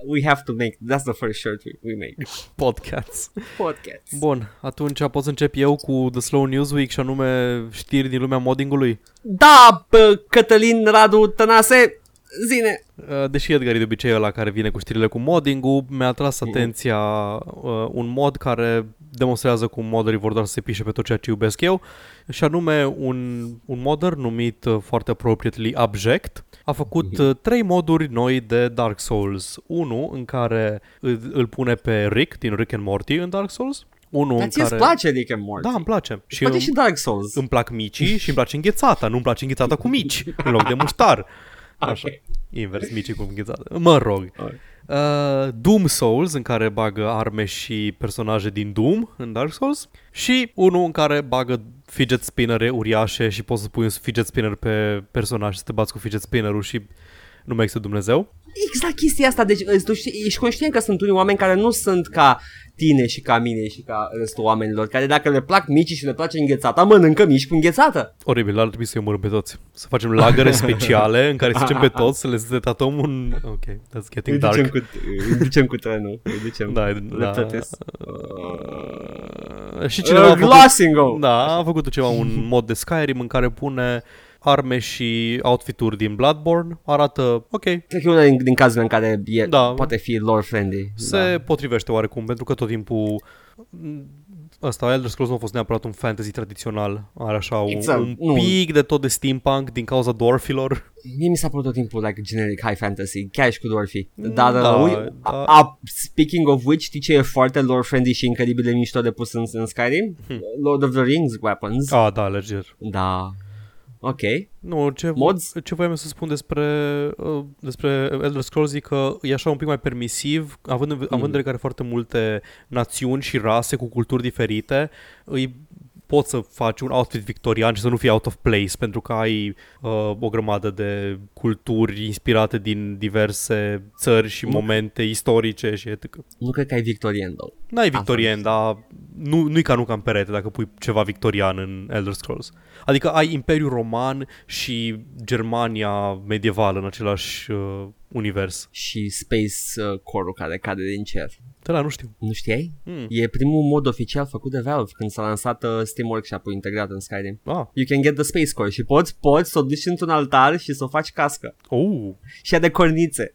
We have to make. That's the first shirt we, we make.
podcast.
Podcast.
Bun, atunci pot să încep eu cu The Slow News Week și anume știri din lumea moddingului.
Da, bă, Cătălin Radu Tănase, zine.
Uh, Deși Edgar e de obicei ăla care vine cu știrile cu modding-ul, mi-a atras atenția uh, un mod care demonstrează cum modderii vor doar să se pișe pe tot ceea ce iubesc eu și anume un, un modder numit uh, foarte appropriately Abject a făcut uh, trei moduri noi de Dark Souls. Unul în care îl, îl pune pe Rick din Rick and Morty în Dark Souls. Unul
Dar
în
ție
care...
îți place Rick and Morty?
Da, îmi place.
și poate
îmi-
și Dark Souls.
îmi plac micii și îmi place înghețata, nu îmi place înghețata cu mici, în loc de muștar. Așa.
Ok.
Invers, micii cu înghețată. Mă rog.
Ok.
Uh, Doom Souls, în care bagă arme și personaje din Doom în Dark Souls. Și unul în care bagă fidget spinnere uriașe și poți să pui un fidget spinner pe personaj să te bați cu fidget spinnerul și nu mai există Dumnezeu.
Exact chestia asta, deci îți- tu știi, ești conștient că sunt unii oameni care nu sunt ca tine și ca mine și ca restul oamenilor, care dacă le plac mici și le place înghețata, mănâncă mici cu înghețată.
Oribil, ar trebui să-i omorâm pe toți. Să facem lagăre speciale în care să zicem pe toți să le zetatoăm un... Ok, that's getting
Îi
dark.
ducem, cu, îi ducem cu trenul, îi ducem,
Da,
le
da.
plătesc.
Uh, și cineva a făcut,
Glossingo!
da, a făcut ceva un mod de Skyrim în care pune arme și outfituri din Bloodborne, arată ok,
Cred că e una din, din cazurile în care e,
Da.
da. poate fi lore friendly. Da.
se potrivește oarecum pentru că tot timpul Asta, Elder Scrolls nu a fost neapărat un fantasy tradițional, are așa un,
Exact,
un
nu.
pic de tot de steampunk din cauza dwarfilor.
Mie mi s-a părut tot timpul like generic high fantasy, chiar și cu Dorothy. Dar
da,
da, uh,
da.
a, a, speaking of which, știi ce e foarte lore friendly și incredibil de mișto de pus în, în Skyrim? Lord of the Rings weapons.
Ah, Hmm. da, leger.
Da. Ok.
Nu, ce,
Mods?
ce voiam eu să spun despre, uh, despre Elder Scrolls e că e așa un pic mai permisiv, având în, mm. având în vedere că are foarte multe națiuni și rase cu culturi diferite, îi poți să faci un outfit victorian și să nu fii out of place, pentru că ai uh, o grămadă de culturi inspirate din diverse țări și momente istorice și etc.
Nu cred că ai Victorian, though.
N-ai victorian, dar nu, nu-i ca nu ca în perete dacă pui ceva victorian în Elder Scrolls. Adică ai Imperiul Roman și Germania medievală în același uh, univers.
Și Space uh, Core-ul care cade din cer.
De la nu știu.
Nu știai?
Mm.
E primul mod oficial făcut de Valve când s-a lansat uh, Steam Workshop-ul integrat în Skyrim.
Ah,
You can get the Space Core și poți, poți să o duci într-un altar și să o faci cască.
oh,
și a de cornițe.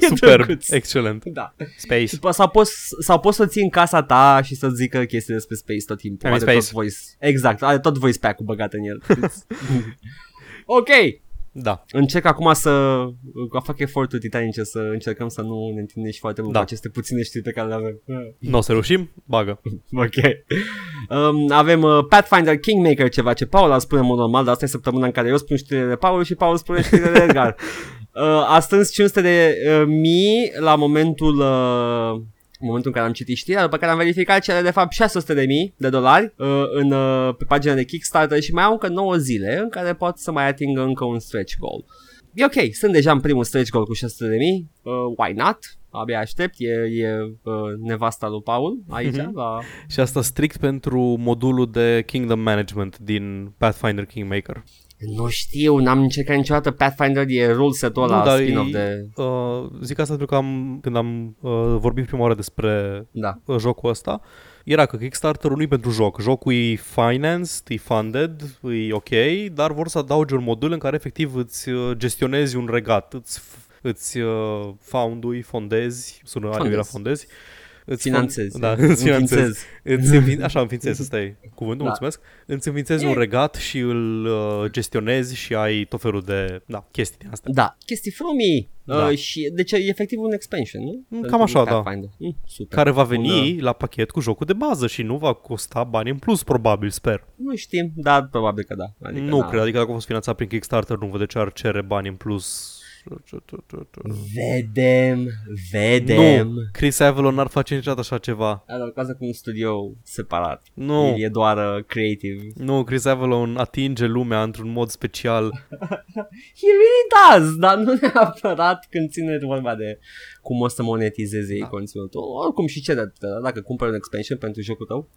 E
superb,
drăguț.
excelent.
Da.
Space.
Po- Sau poți, sau poți să ții în casa ta și să zică chestii despre Space tot timpul.
Am
Are
Space.
tot voice. Exact, are tot voice pack-ul băgat în el. ok,
Da,
încerc acum să a fac efortul titanice să încercăm să nu ne întindem și foarte mult
Da.
da. aceste puține știri pe care le avem.
nu o să reușim, bagă.
Ok. Um, avem uh, Pathfinder Kingmaker, ceva ce Paul ar spune în mod normal, dar asta e săptămâna în care eu spun știrile de Paul și Paul spune știrile de Edgar. Uh, a strâns 500 de uh, mii la momentul uh, în momentul în care am citit știrea, după care am verificat cele de fapt 600 de mii de dolari uh, în, uh, pe pagina de Kickstarter și mai au încă 9 zile în care pot să mai atingă încă un stretch goal. E ok, sunt deja în primul stretch goal cu 600 de mii, uh, why not? Abia aștept, e, e uh, nevasta lui Paul aici. Mm-hmm. La...
Și asta strict pentru modulul de Kingdom Management din Pathfinder Kingmaker.
Nu știu, n-am încercat niciodată Pathfinder, e rule set-ul ăla
dar
spin-off
e-
de...
Uh, zic asta pentru că am, când am uh, vorbit prima oară despre
Da.
uh, jocul ăsta, era că Kickstarter-ul nu e pentru joc. Jocul e financed, e funded, e ok, dar vor să adaugi un modul în care efectiv îți uh, gestionezi un regat, îți, f- îți uh, foundui, fondezi, sună
Fondezi.
fondezi. la fondezi, îți
Finanțezi.
Fond... Da, îți finanțezi.
Înființez.
Îți învin... Așa, înființezi, ăsta e
Da.
cuvântul, da. mulțumesc. Îți înființezi un regat și îl uh, gestionezi și ai tot felul de da, chestii din astea.
Da, chestii frumii. Da.
Da.
Uh, și, deci e efectiv un expansion, nu? Pentru
așa, da.
Pathfinder. Mm, super.
Care va veni
da.
la pachet cu jocul de bază și nu va costa bani în plus, probabil, sper.
Nu știm, dar probabil că da.
Adică
Adică,
nu
da.
cred, adică dacă a fost finanțat prin Kickstarter, nu văd de ce ar cere bani în plus.
Vedem, vedem.
Nu, Chris Avalon n-ar face niciodată așa ceva.
Are o casă cu un studio separat.
Nu,
El e doar uh, creative.
nu, Chris Avalon atinge lumea într-un mod special.
He really does, dar nu neapărat când ține vorba de cum o să monetizeze ei conținutul. Oricum și ce de atâta, dacă cumperi un expansion pentru jocul tău.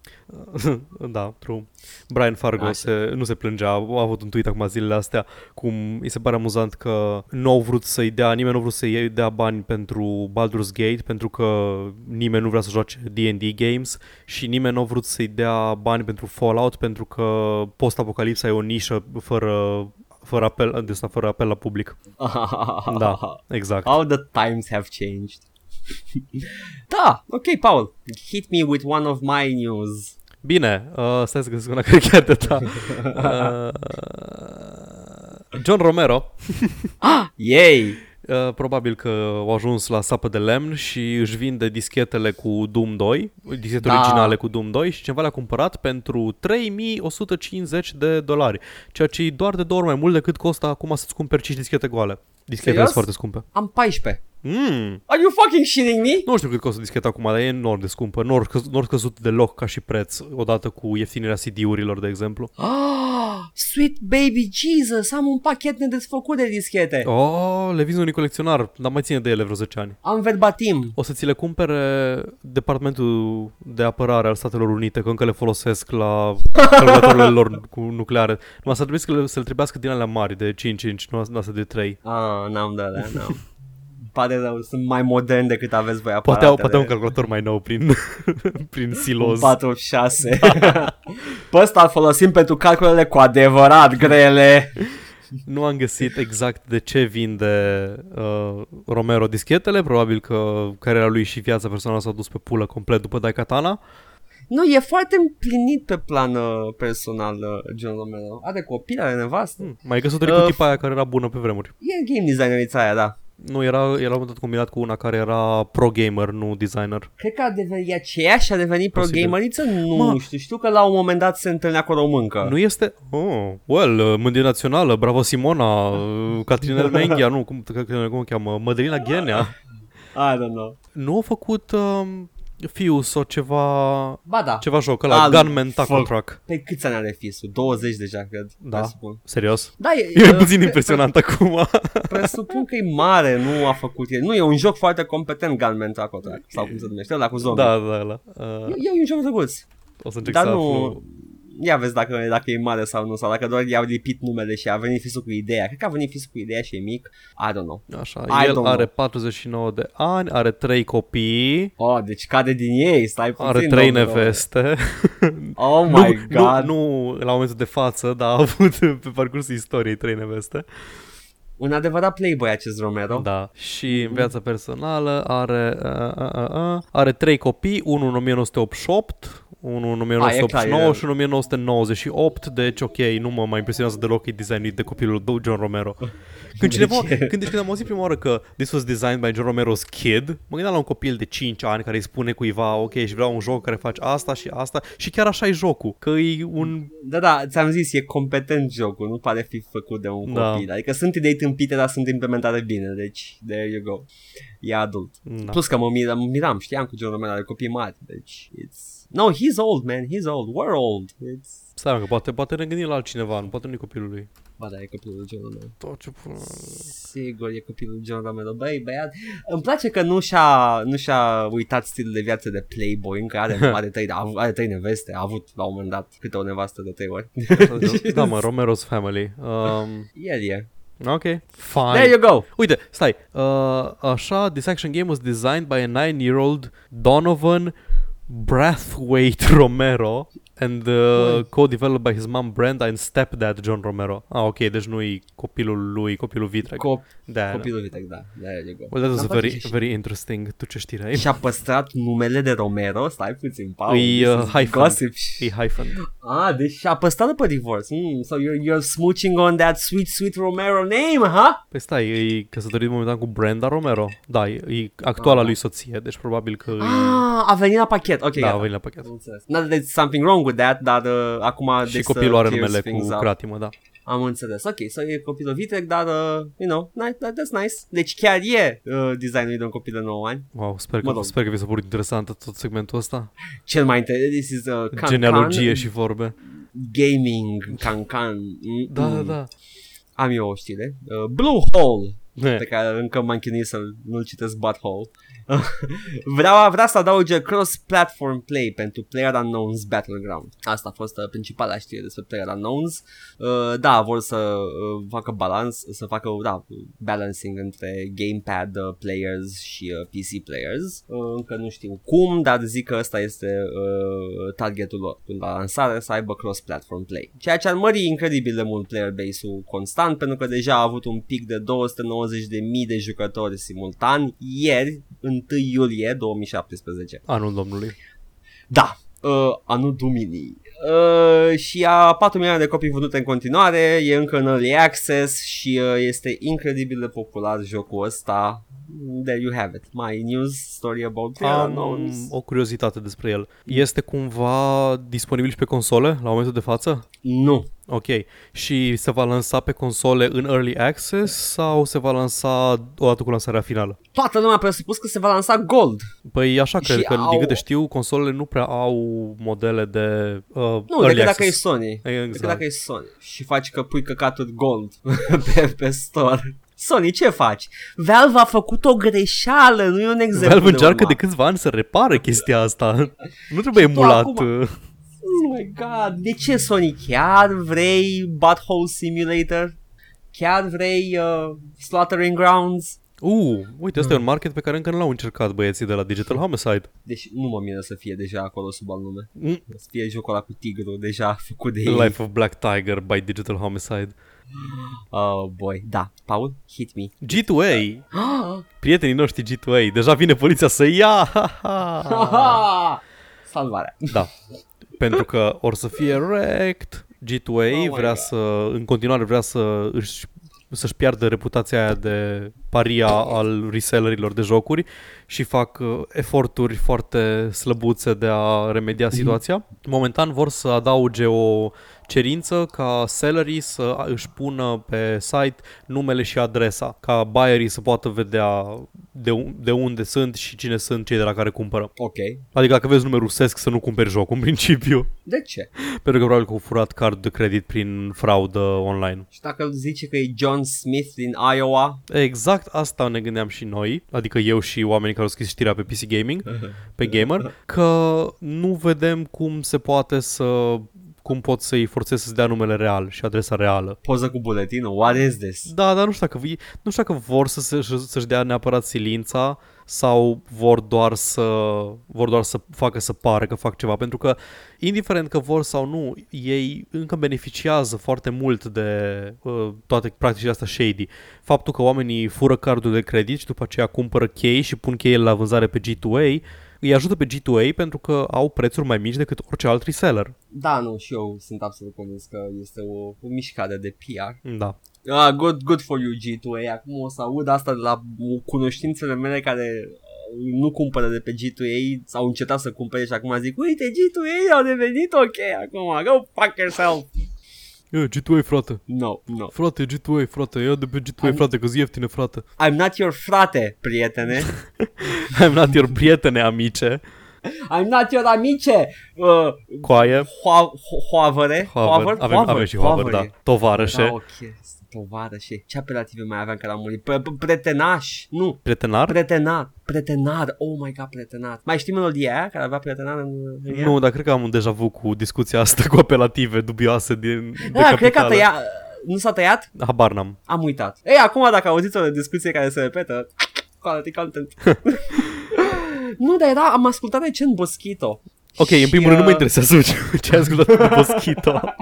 da, true. Brian Fargo
Așa.
se, nu se plângea, a avut un tweet acum zilele astea cum îi se pare amuzant că nu au vrut să-i dea, nimeni nu a vrut să-i dea bani pentru Baldur's Gate pentru că nimeni nu vrea să joace D&D games și nimeni nu a vrut să-i dea bani pentru Fallout pentru că post-apocalipsa e o nișă fără fără apel, de asta, fără apel la public. Da, exact.
How the times have changed. da, ok, Paul. Hit me with one of my news.
Bine, uh, stai să găsesc una care e chiar de ta. Uh, John Romero,
Ah! Yay!
uh, probabil că au ajuns la sapă de lemn și își vinde dischetele cu Doom 2, dischete
Da.
da. originale cu Doom 2 și cineva le-a cumpărat pentru 3150 de dolari, ceea ce e doar de două ori mai mult decât costă acum să-ți cumperi 5 dischete goale. Dischetele
Serios?
sunt foarte scumpe.
Am 14.
Mm.
Are you fucking shitting me?
Nu știu cât costă discheta acum, dar e enorm de scumpă. Nu a scăzut- nu a scăzut deloc ca și preț, odată cu ieftinirea CD-urilor, de exemplu.
Ah, sweet baby Jesus, am un pachet nedesfăcut de dischete. Oh.
Oh, le vinzi unui colecționar, dar mai ține de ele vreo 10 ani.
Am verbatim.
O să ți le cumpere Departamentul de Apărare al Statelor Unite, că încă le folosesc la calculatoarele lor cu nucleare. Numai să trebuie să le, să le trebuiască din alea mari, de 5-5, nu nu astea de 3.
Ah, n-am de alea, n-am. Pare rău, sunt mai modern decât aveți voi
Poate au,
aparatele.
poate au un calculator mai nou prin, prin silos.
46.
Da.
Pe ăsta îl folosim pentru calculele cu adevărat grele.
Nu am găsit exact de ce vinde uh, Romero dischetele, probabil că cariera lui și viața personală s-a dus pe pulă complet după Daikatana.
Nu, e foarte împlinit pe plan uh, personal uh, John Romero. Are copii, are nevastă.
Hmm, Mai căsătorit uh,
Uh,
cu tipa aia care era bună pe vremuri.
E game designerița aia, da.
Nu, era, era la un moment dat combinat cu una care era pro-gamer, nu designer.
Cred că a devenit e aceeași și a devenit
Posibil.
pro-gameriță? Nu
Mă.
știu. Știu că la un moment dat se întâlnea cu o româncă.
Nu este... Oh, well, mândrie națională, bravo Simona, uh,
Da.
Catrinel Menghia, nu, cum, cum, cum o cheamă, Mădălina Ghenea.
I don't know.
Nu a făcut um, Fius sau ceva...
Ba da.
Ceva joc, la
Al-
Gunman Taco
fuck.
Truck.
Pe câți ani are fisul? 20 deja, cred.
Da.
Presupun.
Serios?
Da, e,
E
uh,
puțin
pre-
impresionant acum.
pre- Presupun că e mare, nu a făcut el. Nu, e un joc foarte competent, Gunman Taco Truck, sau cum se numește, la cu zombie.
da, exact, da, da. Uh,
E, e un joc drăguț,
o să încerc
dar
să
nu...
aflu.
Ia vezi dacă, dacă e mare sau nu, sau dacă doar i-au lipit numele și a venit fisul cu ideea. Cred că a venit fisul cu ideea și e mic. I don't know.
Așa,
I don't
el
know.
are 49 de ani, are 3 copii,
Oh, deci cade din ei, stai puțin.
are 3
domnule.
neveste.
Oh my
nu,
god.
Nu, nu la momentul de față, dar a avut pe parcursul istoriei trei neveste.
Un adevărat playboy acest Romero.
Da. Și în viața personală are, a, a, a, a, are trei copii, unul în 1988, Unul în
clar,
1989
e-
și unul în 1998, deci ok, nu mă mai impresionează deloc e designul de copilul lui John Romero. Când cineva,
Deci-
când, deci când am auzit prima oară că this was designed by John Romero's kid, mă gândeam la un copil de 5 ani care îi spune cuiva, ok, și vreau un joc care faci asta și asta și chiar așa e jocul, că e un
Da, da, ți-am zis, e competent jocul, nu pare fi făcut de un
Da.
copil. Adică sunt idei tâmpite, dar sunt implementate bine, deci there you go. E adult.
Da.
Plus că mă miram, mă miram știam cu genul meu are copii mari, deci it's... No, he's old, man, he's old, we're old. It's...
Stai, mă, că poate, poate ne gândim la altcineva, nu poate nu e copilul lui.
Ba da, e copilul genul meu.
Tot ce până...
Sigur, e copilul John Romero. Băi, băiat, îmi place că nu și-a, nu și-a uitat stilul de viață de playboy, încă are, are, trei, are trei neveste, a avut la un moment dat câte o nevastă de trei ori.
da, mă, Romero's Family. Um,
El e.
ok, fine.
There you go!
Uite, stai. Uh, așa, this action game was designed by a nine-year-old Donovan Brathwaite Romero and uh, co-developed by his mom Brenda and stepdad John Romero. Ah, ok, deci nu-i copilul lui, copilul Vitreg.
Cop-
da, da.
Copilul Vitec, da. There you go.
Well, that was
Îmi place
very,
și-
very interesting. Tu ce știri ai?
Și-a păstrat numele de Romero, stai puțin, Paul.
Îi,
this
uh,
is
hyphen.
Gossip.
E hyphen.
Ah, deci și-a păstrat după divorț. Mm, so you're, you're smooching on that sweet, sweet Romero name, huh?
Păi stai, e căsătorit momentan cu Brenda Romero. Da, e e actuala
Ah.
lui soție, deci probabil că... e...
Ah, a venit la pachet, ok.
Da,
gata.
a venit la pachet.
Am înțeles. Not that there's something wrong with that, dar uh, acum...
Și
deci
copilul
să
are
clears
numele
things
cu
up.
cratimă, da.
Am înțeles. Ok, so e copilul Vitec, dar, uh, you know, nice, that- that's nice. Deci chiar e uh, designul de un copil de 9 ani.
Wow, sper
Mă
că,
rog.
sper că vi s-a părut interesant tot segmentul ăsta.
Cel mai interesant, this is uh, Can
Genealogie
Can,
și vorbe.
Gaming, Can Can. Mm,
Da, da,
mm.
da.
Am eu o știre. Uh, Bluehole,
Ne.
pe care încă m-am chinuit să nu-l citesc Butthole. Vreau, vrea să adauge cross-platform play pentru PlayerUnknown's Battleground. Asta a fost uh, principala știre despre PlayerUnknown's. Uh, da, vor să uh, facă balans, să facă da, balancing între gamepad uh, players și uh, PC players. Uh, încă nu știu cum, dar zic că ăsta este uh, targetul lor până la lansare să aibă cross-platform play. Ceea ce ar mări incredibil de mult player base-ul constant pentru că deja a avut un pic de 290.000 de jucători simultan ieri, 1 iulie 2017.
Anul domnului.
Da, uh, anul Duminii. Uh, și a 4 milioane de copii vândute în continuare, e încă în early access și uh, este incredibil de popular jocul ăsta. There you have it. My news story about
Am
Unknowns.
o curiozitate despre el. Este cumva disponibil și pe console la momentul de față?
Nu.
Ok. Și se va lansa pe console în Early Access sau se va lansa odată cu lansarea finală?
Toată lumea a presupus că se va lansa Gold.
Păi așa
Și
cred că,
au-
din câte știu, consolele nu prea au modele de uh,
Nu,
Early
decât dacă e
Access.
Sony. Decât
Exact.
dacă e Sony. Și faci că pui căcatul Gold pe, pe store. Sony, ce faci? Valve a făcut o greșeală, nu e un exemplu
Valve
de
încearcă
urmat.
de câțiva ani să repare chestia asta. Nu trebuie
Tu
emulat.
acum- Oh my god, de ce Sony? Chiar vrei Butthole Simulator? Chiar vrei uh, Slaughtering Grounds?
Uh, uite, ăsta e un market pe care încă nu l-au încercat băieții de la Digital Homicide.
Deci nu mă miră să fie deja acolo sub al nume.
Mm.
Să fie jocul ăla cu tigru deja făcut de ei.
Life of Black Tiger by Digital Homicide.
Oh boy, da. Paul, hit me.
G2A, Ah. prietenii noștri G2A, deja vine poliția să ia! ha, ha.
Ah! Salvarea.
da, pentru că or să fie wrecked, G2A
Oh my
vrea
God.
să, în continuare vrea să își să-și piardă reputația aia de paria al resellerilor de jocuri și fac uh, eforturi foarte slăbuțe de a remedia situația. Momentan vor să adauge o cerință ca sellerii să își pună pe site numele și adresa, ca buyerii să poată vedea de, un- de unde sunt și cine sunt cei de la care cumpără.
Ok.
Adică dacă vezi nume rusesc să nu cumperi jocul în principiu,
De ce?
pentru că probabil că au furat card de credit prin fraudă online.
Și dacă zice că e John Smith din Iowa?
Exact asta ne gândeam și noi, adică eu și oamenii care au scris știrea pe PC Gaming, pe Gamer, că nu vedem cum se poate să cum pot să-i forțez să-ți dea numele real și adresa reală.
Poză cu buletinul? What is this?
Da, dar nu știu dacă, vi- nu știu dacă vor să se, să-și dea neapărat silința sau vor doar să vor doar să facă să pare că fac ceva, pentru că indiferent că vor sau nu, ei încă beneficiază foarte mult de uh, toate practicile astea shady. Faptul că oamenii fură cardul de credit și după aceea cumpără chei și pun cheile la vânzare pe G2A îi ajută pe G2A pentru că au prețuri mai mici decât orice alt reseller.
Da, nu, și eu sunt absolut convins că este o, o mișcare de PR.
Da.
Ah, good, good for you, G2A. Acum o să aud asta de la cunoștințele mele care uh, nu cumpără de pe G2A sau încetat să cumpere și acum zic uite G2A au devenit ok acum, go fuck yourself.
E, G2A, frate.
No, no.
Frate, G2A, frate. Ia de pe G2A,
Am-
frate, că zi ieftine, frate.
I'm not your frate, prietene.
I'm not your prietene, amice.
I'm not your amice. Uh,
Coaie.
ho- ho- hoavăre?
Hover. Avem, avem și Hover, da.
hoavăre.
Tovarășe.
Da, ok. Tovarășe. Ce apelative mai aveam care am murit? Pre- pre- Pretenaș. Nu.
Prietenar?
Pretenat, pretenat, oh my god, pretenat. Mai știi melodia aia care avea pretenat în, în ea?
Nu, dar cred că am un deja vu cu discuția asta cu apelative dubioase din de
da, cred că a
capitală.
tăia, nu s-a tăiat?
Habar n-am.
Am uitat. Ei, acum dacă auziți o discuție care se repetă, quality content. nu, dar era, am ascultat recent Boschito.
Ok, în primul rând nu
uh,
mă interesează ce- ce ai ascultat cu Boschito.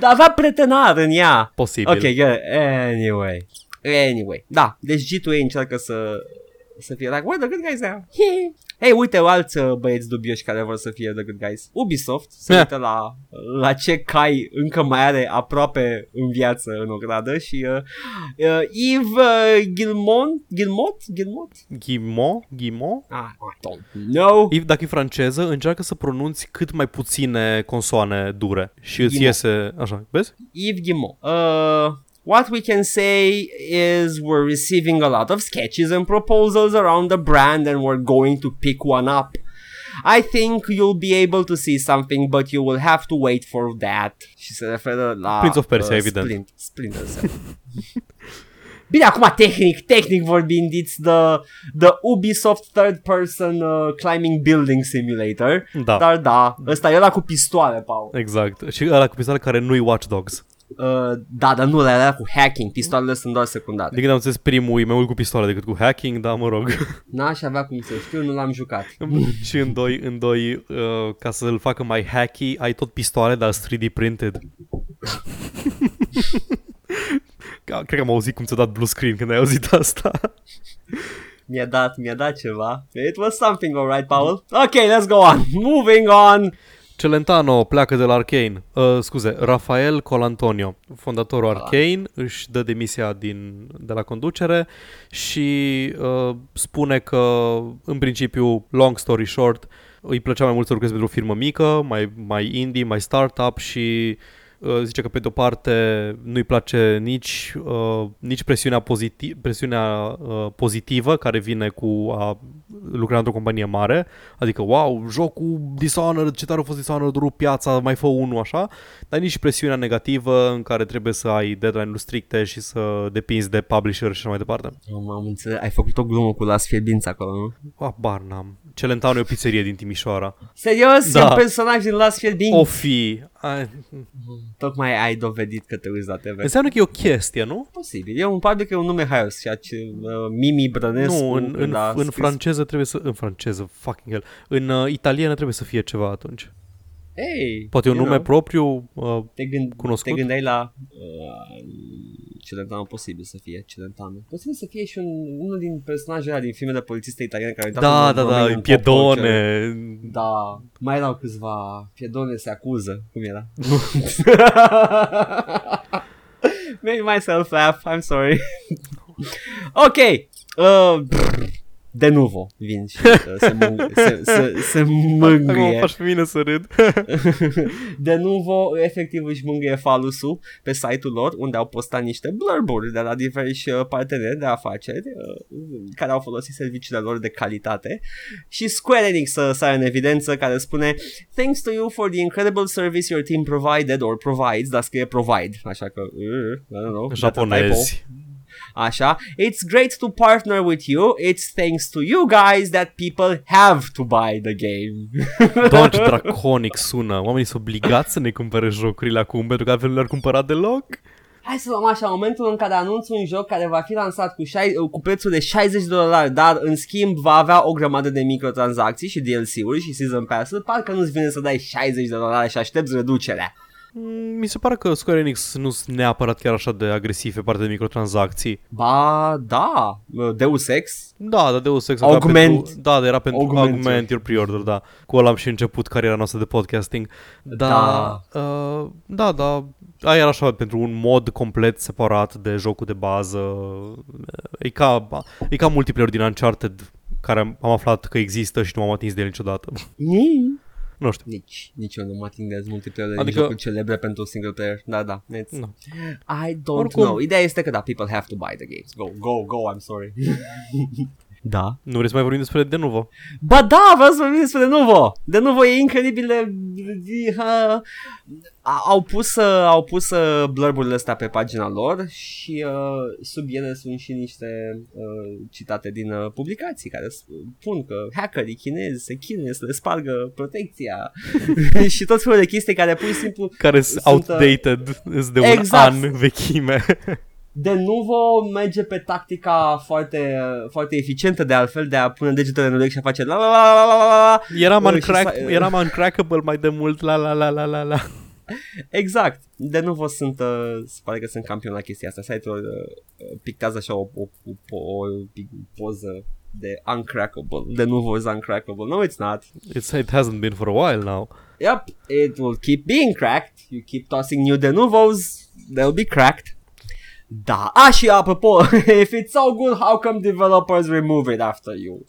Dar avea pretenar în ea.
Posibil.
Ok, yeah, anyway. Anyway, da, deci G2A încearcă să să fie like, what the good guys now? Hei, uite alți uh, băieți dubioși care vor să fie the good guys. Ubisoft se
Yeah.
uită la, la ce cai încă mai are aproape în viață în ogradă și uh, uh, Yves uh, Gilmon, Gilmot? Gilmot?
Ghimo? Ghimo?
Ah, I don't know.
If- Dacă e franceză, încearcă să pronunți cât mai puține consoane dure și îți
Ghimo.
iese așa, vezi?
Yves Guillemot. Uh, what we can say is we're receiving a lot of sketches and proposals around the brand and we're going to pick one up. I think you'll be able to see something, but you will have to wait for that. Și se referă la...
Prince of Persia, evident.
Splint, Splinter Cell. Bine, acum tehnic, tehnic vorbind, it's the, the Ubisoft third person uh, climbing building simulator.
Da.
Dar da, ăsta e ăla cu pistoale, Paul.
Exact. Și ăla cu pistoale care nu-i Watch Dogs.
Uh, da, dar nu, la alea cu hacking, pistoalele sunt doar secundare.
De când am înțeles primul, e mai mult cu pistoale decât cu hacking, dar mă rog.
N-aș avea cum să știu, nu l-am jucat.
și în doi, în doi uh, ca să-l facă mai hacky, ai tot pistoale, dar sunt 3D printed. Ca- Cred că am auzit cum ți-a dat blue screen când ai auzit asta.
Mi-a dat, mi-a dat ceva. It was something alright, Paul. Ok, let's go on. Moving on.
Celentano pleacă de la Arcane. Uh, scuze, Rafael Colantonio, fondatorul Arcane, își dă demisia din, de la conducere și uh, spune că, în principiu, long story short, îi plăcea mai mult să lucreze pentru o firmă mică, mai, mai indie, mai startup și uh, zice că pe de-o parte nu-i place nici, uh, nici presiunea, poziti- presiunea uh, pozitivă care vine cu a lucra într-o companie mare, adică wow, jocul Dishonored, ce tare a fost Dishonored, rup piața, mai fă unul așa, dar nici presiunea negativă în care trebuie să ai deadline-uri stricte și să depinzi de publisher și așa mai departe.
Oh, m-am înțeles. Ai făcut o glumă cu las fierbința acolo, nu?
Abar n-am. Celentano e o pizzerie din Timișoara.
Serios? Da. E
Da.
un personaj din las fierbința?
O
Of.
fi. Ai...
Tocmai ai dovedit că te uiți la TV.
Înseamnă că e o chestie, nu?
Posibil. E un probabil că e un nume haios, ceea ce uh, Mimi Brănescu
nu, în, în,
când a
în
da, scris-
franceză trebuie să... În franceză, fucking hell. În uh, italiană trebuie să fie ceva atunci.
Hey,
Poate e un
you
nume
know.
propriu, uh,
Te, gând,
Cunoscut?
te gândeai la uh, Celentano, posibil să fie Celentano. Posibil să fie și un, unul din personajele alea din filmele polițiste italiene care au intrat
Da,
în
da,
România
da,
în pop culture.
piedone.
Da, mai erau câțiva piedone se acuză, cum era. Made myself laugh, I'm sorry. ok, uh, brr, de nuvo vin și uh, se, mâng- se, se, se
Acum mă
mângâie.
faci pe mine să râd.
de nuvo, efectiv își mângâie falusul pe site-ul lor, unde au postat niște blurburi de la diversi uh, parteneri de afaceri uh, care au folosit serviciile lor de calitate și Square Enix să sară în evidență care spune Thanks to you for the incredible service your team provided or provides, dar scrie provide, așa că, uh, I don't know, typo.
Japonezi.
Așa. It's great to partner with you. It's thanks to you guys that people have to buy the game.
Doar ce draconic sună. Oamenii sunt obligați să ne cumpere jocurile acum, pentru că altfel nu le-ar cumpăra deloc.
Hai să luăm așa, momentul în care anunț un joc care va fi lansat cu, șai- cu prețul de 60 de dolari, dar în schimb va avea o grămadă de microtransacții și DLC-uri și season pass-uri, parcă nu-ți vine să dai 60 de dolari și aștepți reducerea.
Mm, Mi se pare că Square Enix nu sunt neapărat chiar așa de agresiv pe partea de microtransacții.
Ba, da, Deus Ex.
Da, da, Deus Ex.
Augment.
Era pentru, da, da, era pentru
Augment, exact.
augment, augment your pre-order, da. Cu ăla am și început cariera noastră de podcasting. Da, da, uh, da, da. Aia era așa pentru un mod complet separat de jocul de bază. E ca, e ca multiplayer din Uncharted care am am aflat că există și nu m-am atins de el niciodată.
Ni-
Nu știu.
Nici, nici eu nu mă ating de azi multe teorii adică...
Adică-
jocuri celebre pentru single player. Da, da, it's...
Nu.
I don't
Oricum-
know. Ideea este că da, people have to buy the games. Go, go, go, I'm sorry. da.
Nu vrei să mai vorbim despre de Denuvo?
Ba da, vreau să vorbim despre Denuvo. Denuvo e incredibil de... ha. A- Au pus, uh, au pus uh, blurburile astea pe pagina lor și uh, sub ele sunt și niște uh, citate din uh, publicații care spun că hackerii chinezi se chinuie să le spargă protecția și tot felul de chestii care pur și simplu
Care
Sunt, uh,
sunt outdated, sunt de
exact.
un an vechime.
de nuvo merge pe tactica foarte, foarte eficientă de altfel de a pune degetele în urechi și a face la la la la la la la
Eram,
Uh, și
uncrack,
sa-
eram uncrackable mai de mult, la la la la la la.
Exact. De nu vă sunt, uh, se pare că sunt campion la chestia asta. Site-ul uh, pictează așa o, o, o, o, o poză de uncrackable. De nu vă uncrackable. No, it's not.
It's, it hasn't been for a while now.
Yep, it will keep being cracked. You keep tossing new de nuvos, they'll be cracked. Da. Ah, și apropo, if it's so good, how come developers remove it after you?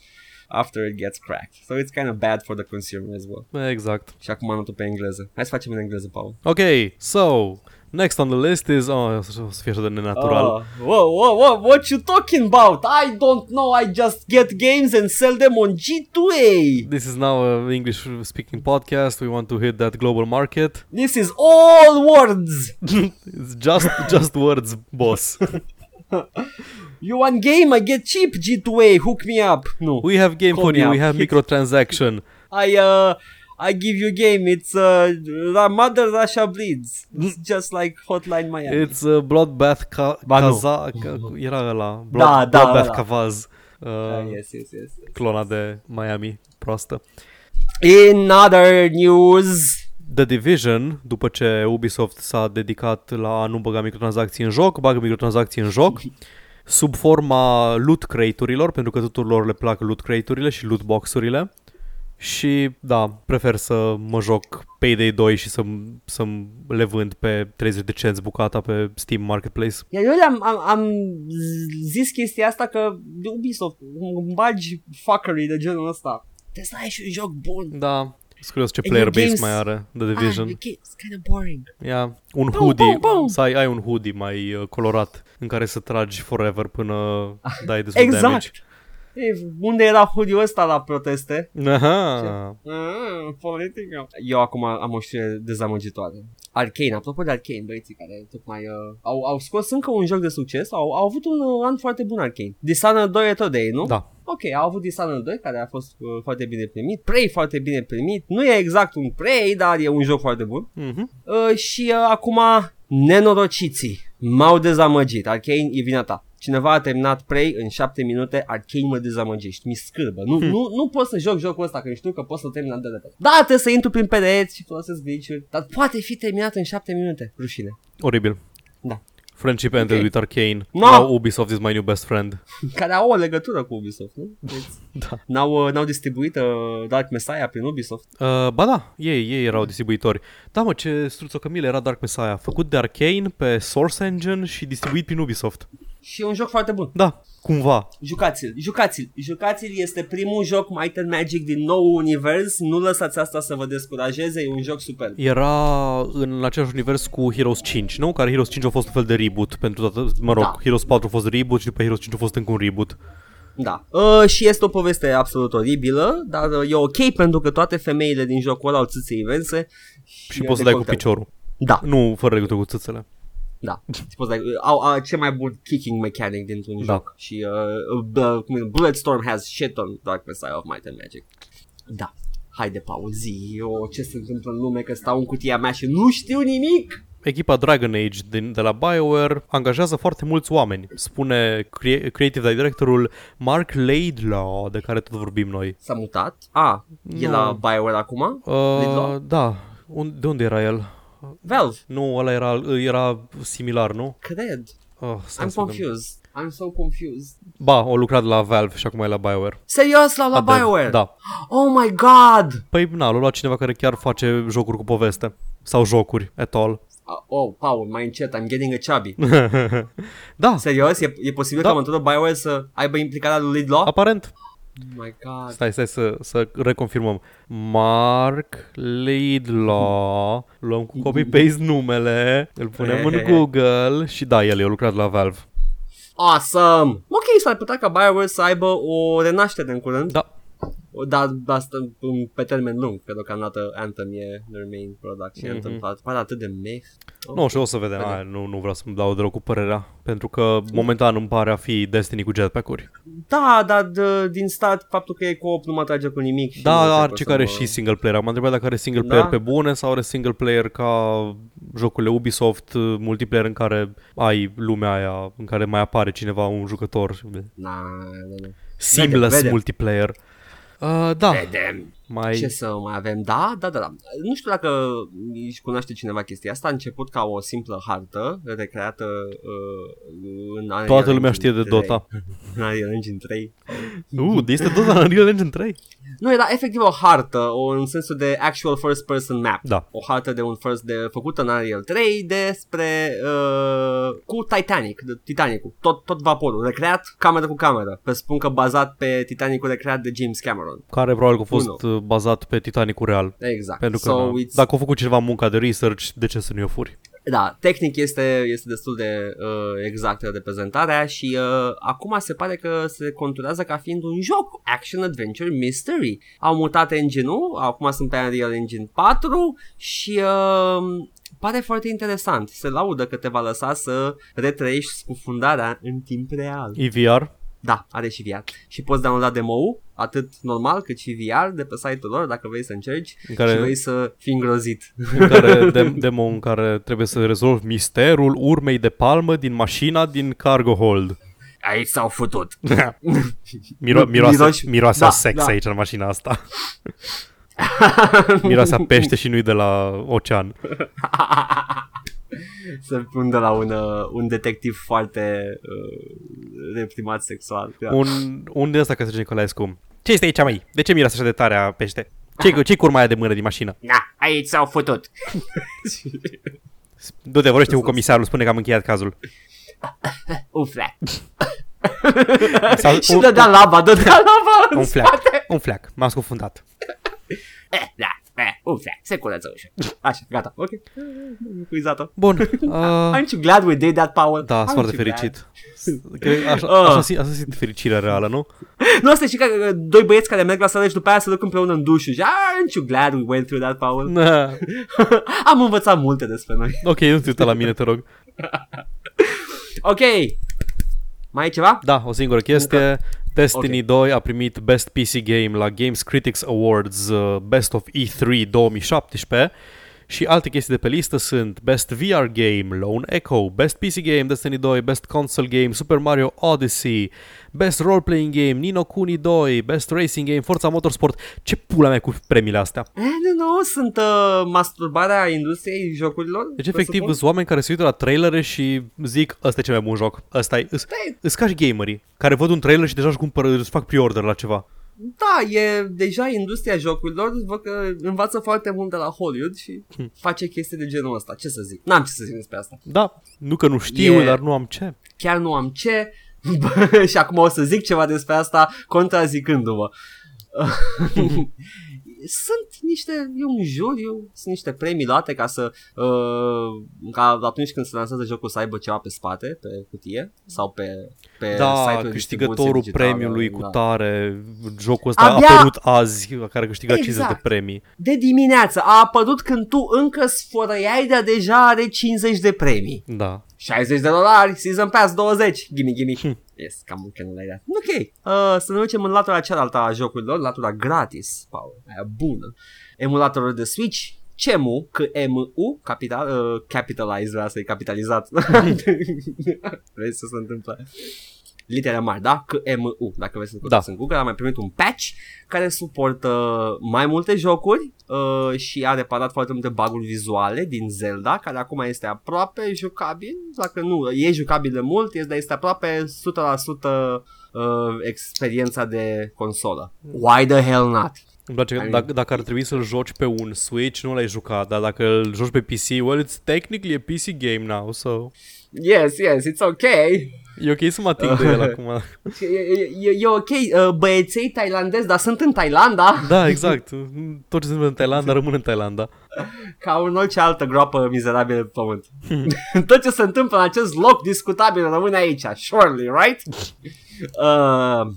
After it gets cracked. So it's kind of bad for the consumer as well.
Eh, Exact.
Și acum notul pe engleză. Hai să facem în engleză, Paul.
Ok, so, next on the list is... Oh, o să o să fie așa de nenatural.
Uh, whoa, whoa, whoa, what you talking about? I don't know. I just get games and sell them on G2A.
This is now an English speaking podcast. We want to hit that global market.
This is all words.
It's just just words, boss.
You want game? I get cheap G2A. Hook me up. No.
We have game
Call
for
me
you. We
up.
have microtransaction.
I uh I give you game. It's uh Ra- Mother Russia bleeds. It's just like Hotline Miami.
It's a bloodbath ca-
Ba nu.
caza... Ca- era ăla. Blood-
Mm-hmm. Da, da,
bloodbath
ăla.
cavaz. Uh,
Uh, yes, yes, yes.
Clona de Miami. Proastă.
In other news,
The Division, după ce Ubisoft s-a dedicat la a nu băga microtransacții în joc, bagă microtransacții în joc sub forma loot crate-urilor, pentru că tuturor le plac loot crate-urile și loot box-urile. Și da, prefer să mă joc Payday 2 și să, să le vând pe 30 de cenți bucata pe Steam Marketplace.
Iar eu le-am am, am zis chestia asta că de Ubisoft îmi bagi fuckery de genul ăsta. Trebuie să ai și un joc bun.
Da, sunt curios ce
E
player base
games-
mai are The
Ah,
Division.
okay, it's kind of boring.
Yeah. Un
Pum,
hoodie,
pum, pum.
să ai, ai un hoodie mai uh, colorat în care să tragi forever până dai destul
Exact.
damage.
Ei, unde era hoodie ăsta la proteste?
Aha.
Mm, politică. Eu acum am o știre dezamăgitoare. Arcane, apropo de Arcane, băieții care tocmai uh, au, au scos încă un joc de succes, au, au avut un uh, an foarte bun Arcane. Dishonored 2 e tot de ei, nu?
Da.
Ok, au avut Dishonored 2 care a fost uh, foarte bine primit, Prey foarte bine primit, nu e exact un Prey, dar e un joc foarte bun.
Mm-hmm.
Uh, și uh, acum nenorociții m-au dezamăgit, Arcane e vina ta. Cineva a terminat Prey în 7 minute, Arcane mă dezamăgești, mi scârbă. Nu, nu, nu pot să joc jocul ăsta, că știu că pot să termin de repede. Da, trebuie să intru prin pereți și folosesc glitch dar poate fi terminat în 7 minute. Rușine.
Oribil.
Da.
Friendship ended
Ok.
with Arcane.
No!
Now Ubisoft is my new best friend.
Care au o legătură cu Ubisoft, nu? Deci,
Da.
N-au, uh, n-au distribuit uh, Dark Messiah prin Ubisoft.
Uh, ba da, ei, ei
Mm.
erau distribuitori. Da, mă, ce struțocămile era Dark Messiah. Făcut de Arcane pe Source Engine și distribuit prin Ubisoft.
Și e un joc foarte bun.
Da, cumva.
Jucați-l, jucați-l, jucați-l este primul joc Might and Magic din nou univers, nu lăsați asta să vă descurajeze, e un joc super.
Era în același univers cu Heroes 5, nu? Care Heroes 5 a fost un fel de reboot pentru toată... Mă rog,
Da.
Heroes 4 a fost reboot și după Heroes 5 a fost încă un reboot.
Da. Uh, și este o poveste absolut oribilă, dar uh, e ok pentru că toate femeile din jocul ăla au țâțe imense.
Și poți să dai cu
decoltează.
piciorul.
Da,
Nu, fără legătură cu țâțele.
da. Și poți să dai, au, au cel mai bun kicking mechanic dintr-un
Da.
joc. Și uh, uh, cum e, Bulletstorm has shit on Dark Messiah of Might and Magic. Da. Haide, Paul, zi eu ce se întâmplă în lume, că stau în cutia mea și nu știu nimic.
Echipa Dragon Age din, de la BioWare angajează foarte mulți oameni, spune crea- creative directorul Mark Laidlaw, de care tot vorbim noi.
S-a mutat? A, e
Nu.
la Bioware acum? Laidlaw?
Uh, da, Un, de unde era el?
Valve,
Nu, ăla era, era similar, nu?
cred.
Oh, stai
I'm
să vedem.
confused. I'm so confused.
Ba, o lucrat la Valve și acum e la BioWare.
Serios, l-au luat
Adev,
BioWare?
Da.
Oh my god!
Păi, na, l-a luat cineva care chiar face jocuri cu poveste. Sau jocuri, et al.
Uh, oh, Paul, mai încet, I'm getting a chubby.
da,
Serios? E, e posibil
Da.
ca mântuită BioWare să aibă implicarea lui Lead Law?
aparent.
Oh my god.
Stai, stai să, să reconfirmăm. Mark Laidlaw. Luăm cu copy-paste numele, îl punem în Google și da, el e lucrat la Valve.
Awesome! Ok, s-ar putea ca BioWare să aibă o renaștere în curând.
Da.
O- Dar da, asta în- pe termen lung, că deocamdată Anthem e their main product
Mhm.
și mm-hmm. Anthem pare- pare atât de meh.
Nu, și o să vedem. Hai, nu, nu vreau să-mi dau deloc cu părerea, pentru că momentan îmi pare a fi Destiny cu jetpack-uri.
Da, dar de, din stat faptul că e co-op nu mă atrage cu nimic. Și nu cred
Da,
că
are
o
ce
să
care
mă-
și single player. Am întrebat dacă are single player
Da.
pe bune sau are single player ca jocurile Ubisoft, multiplayer în care ai lumea aia, în care mai apare cineva, un jucător.
Na, na, na.
Seamless
vedem.
multiplayer. Uh, da,
Vedem.
mai...
Ce să mai avem? Da, da, da, da. Nu știu dacă își cunoaște cineva chestia asta. A început ca o simplă hartă recreată uh, în Unreal
Toată lumea
Engine
știe de
3.
Dota.
În Unreal Engine 3.
Uh, este Dota în Unreal Engine 3?
Nu, era efectiv o hartă, o, în sensul de actual first person map.
Da.
O hartă de un first de făcută în Unreal 3 despre uh, cu Titanic, de, Titanicul, tot, tot vaporul, recreat cameră cu cameră. Vă spun că bazat pe Titanicul recreat de James Cameron.
Care probabil că a fost uh, bazat pe Titanicul real.
Exact.
Pentru că
so
na,
it's,
dacă au făcut cineva munca de research, de ce să nu-i o furi?
Da, tehnic este, este destul de uh, exactă reprezentarea și uh, acum se pare că se conturează ca fiind un joc Action Adventure Mystery. Au mutat engine-ul, acum sunt pe Unreal Engine 4 și uh, pare foarte interesant. Se laudă că te va lăsa să retrăiești scufundarea în timp real.
EVR?
Da, are și VR. Și poți downloada demo-ul, atât normal cât și VR, de pe site-ul lor dacă vrei să încerci
În
și
care,
vrei să fii îngrozit.
în care de, demo în care trebuie să rezolvi misterul urmei de palmă din mașina din cargo hold.
Aici s-au futut.
Miro,
Nu, miroși-
miroase, miroase
da,
da, sex
da.
da. aici în mașina asta. miroase a pește și nu-i de la ocean.
Să pun de la un, uh, un detectiv foarte uh, reprimat sexual. Da.
Un, un din ăsta ca să zice Nicolaescu. Ce este aici, măi? De ce miroase așa de tare a pește? Ce-i,
Ah.
cu- ce-i curma aia de mână din mașină?
Na, aici s-au futut.
Du-te, vorbește cu comisarul, spune că am încheiat cazul.
Ufle.
Sau-
Și dădea lava, dădea lava în
un
spate.
fleac, un fleac, m-am scufundat.
Eh, Da, eh, ufle, se curăță ușa. Așa, gata, ok. Cuizată.
Bun, uh,
Aren't you glad we did that, Paul?
da,
Aren't
sunt foarte
you glad?
fericit. Cred- Așa,
Ah.
așa, simt, așa simt fericirea reală, nu?
Nu, asta e și ca uh, doi băieți care merg la sală și după aia se duc împreună în dușul și Aren't you glad we went through that, Paul?
Na.
Am învățat multe despre noi.
Ok, nu te uita la mine, te rog.
Ok. Mai e ceva?
Da, o singură chestie. Destiny 2 a primit Best PC Game la Games Critics Awards uh, Best of E3 2017 și alte chestii de pe listă sunt Best VR Game, Lone Echo, Best PC Game, Destiny 2, Best Console Game, Super Mario Odyssey, Best Role Playing Game, Nino Kuni 2, Best Racing Game, Forza Motorsport. Ce pula mea cu premiile astea?
Eh, nu, nu, sunt uh, masturbarea industriei jocurilor.
Deci
presupun.
efectiv sunt oameni care se uită la trailere și zic ăsta e cel mai bun joc. Ăsta e. Îs- Îs ca și gamerii care văd un trailer și deja își cumpără, își fac pre-order la ceva.
Da, e deja industria jocurilor, văd că învață foarte mult de la Hollywood și
Hmm.
face chestii de genul ăsta. Ce să zic? N-am ce să zic despre asta.
Da, nu că nu știu,
E-
yeah. dar nu am ce.
Chiar nu am ce Bă, și acum o să zic ceva despre asta contrazicându-mă. sunt niște, e un juriu, sunt niște premii luate ca să, uh, ca atunci când se lansează jocul să aibă ceva pe spate, pe cutie sau pe, pe
Da,
site-ul de distribuție
câștigătorul
digitală,
premiului cu
da.
tare, jocul ăsta
Abia-
a apărut azi, care câștigă
Exact.
50 de premii.
de dimineață a apărut când tu încă sfărăiai, dar deja are 50 de premii.
Da.
60 de dolari, season pass 20, gimme, gimme. Yes, cam că nu l-ai dat. Ok, uh, să ne ducem în latura cealaltă a jocurilor, latura gratis, Paul, aia bună. Emulatorul de Switch, CEMU, că MU, capital, uh, capitalized, vreau să-i capitalizat. Vezi ce se întâmplă. litere mari, da? KMU, dacă vreți să căutați da. în Google, am mai primit un patch care suportă mai multe jocuri uh, și a reparat foarte multe baguri vizuale din Zelda, care acum este aproape jucabil, dacă nu, e jucabil de mult, este, dar este aproape 100% uh, experiența de consolă. Why the hell not?
Îmi place că dacă, dacă ar trebui să-l joci pe un Switch, nu l-ai jucat, dar dacă îl joci pe PC, well, it's technically a PC game now, so...
Yes, yes, it's okay.
E ok să mă ating de el acum.
E, e, e ok, uh, băieței tailandezi, dar sunt în Thailanda.
Da, exact. Tot ce se întâmplă în
Exact.
Thailanda rămân în Thailanda.
Ca în orice altă groapă mizerabilă pe pământ.
Hmm.
Tot ce se întâmplă în acest loc discutabil rămâne aici, surely, right? Uh,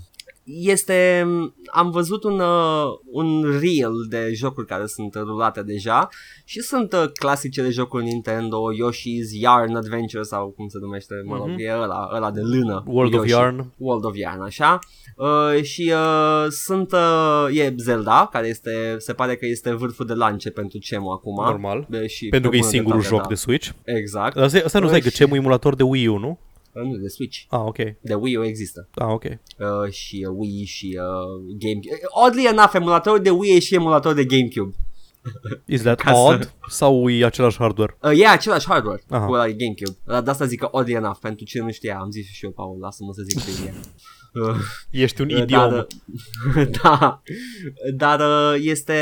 este, am văzut un, uh, un reel de jocuri care sunt rulate deja și sunt uh, clasicele jocuri Nintendo, Yoshi's Yarn Adventure sau cum se numește, mă rog, mm-hmm. e ăla, ăla de lână.
Mhm. World Yoshi. of Yarn.
World of Yarn, așa. Uh, și uh, sunt, uh, e Zelda, care este, se pare că este vârful de lance pentru CEMU acum.
Normal, de, și pentru că e singurul de joc da. de Switch.
Exact. Uh,
Asta, asta nu stai că CEMU e emulator de Wii U, nu?
Nu, de Switch.
Ah, ok.
De Wii U există.
Ah, ok.
Uh, și uh, Wii și uh, GameCube. Oddly enough, emulator de Wii e și emulator de GameCube.
Is that Ca odd? Să... Sau e același hardware?
Uh, e același hardware Aha. cu la GameCube. Dar de asta zic că oddly enough, pentru cine nu știa, am zis și eu, Paul, lasă-mă să zic ce e.
Uh, Ești un idiom.
Dar, da, dar uh, este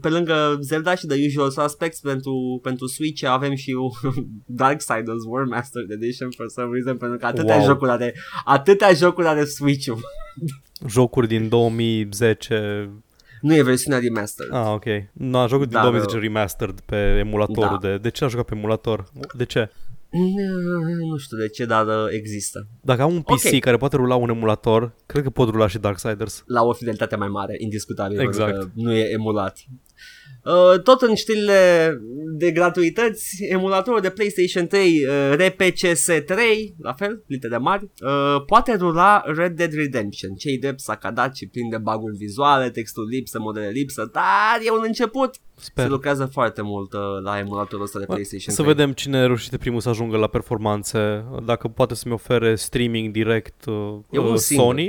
pe lângă Zelda și The Usual Suspects pentru, pentru Switch avem și Darksiders War Master Edition for some reason pentru că atâtea wow. jocuri are, atâtea jocuri are Switch-ul.
jocuri din 2010
nu e versiunea remastered.
Ah, ok. Nu, no, jocul din Dar, 2010 remastered pe emulatorul. Da. De, de ce a jucat pe emulator? De ce?
Nu știu de ce, dar uh, există.
Dacă am un PC okay. care poate rula un emulator, cred că pot rula și Darksiders.
La o fidelitate mai mare, indiscutabil,
exact. că
nu e emulat. Uh, tot în știrile de gratuități, emulatorul de PlayStation 3 uh, RPCS3, la fel, litere mari, uh, poate rula Red Dead Redemption. Cei drept s-a cadat și plin de baguri vizuale, texturi lipsă, modele lipsă, dar e un început. Sper. Se lucrează foarte mult uh, la emulatorul ăsta de PlayStation
Să
3.
vedem cine reușește primul să ajungă la performanțe, dacă poate să-mi ofere streaming direct uh, Sony.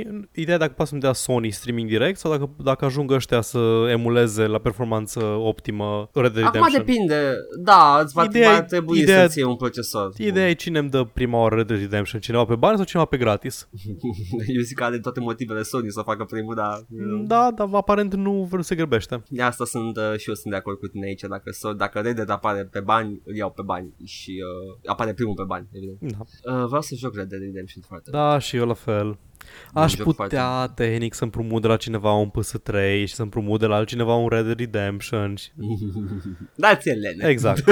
Singur. Ideea dacă poate să-mi dea Sony streaming direct sau dacă, dacă ajung ăștia să emuleze la performanță optimă Red Dead Redemption.
Acum depinde, da, îți va, ideea, va trebui ideea, să-ți iei un procesor.
Ideea e cine îmi dă prima oară Red Dead Redemption, cineva pe bani sau cineva pe gratis.
Eu zic că are toate motivele Sony să facă primul, dar...
Da, dar aparent nu se grăbește.
De asta sunt uh, și eu sunt de acord cu tine aici, dacă, so, dacă Red Dead apare pe bani, îl iau pe bani și uh, apare primul pe bani, evident. Da. Uh, vreau să joc Red Dead Redemption foarte
Da, și eu la fel. Aș putea foarte... tehnic să împrumut de la cineva un PS3 și să împrumut de la altcineva un Red Dead Redemption. Și...
Dați-l lene.
Exact.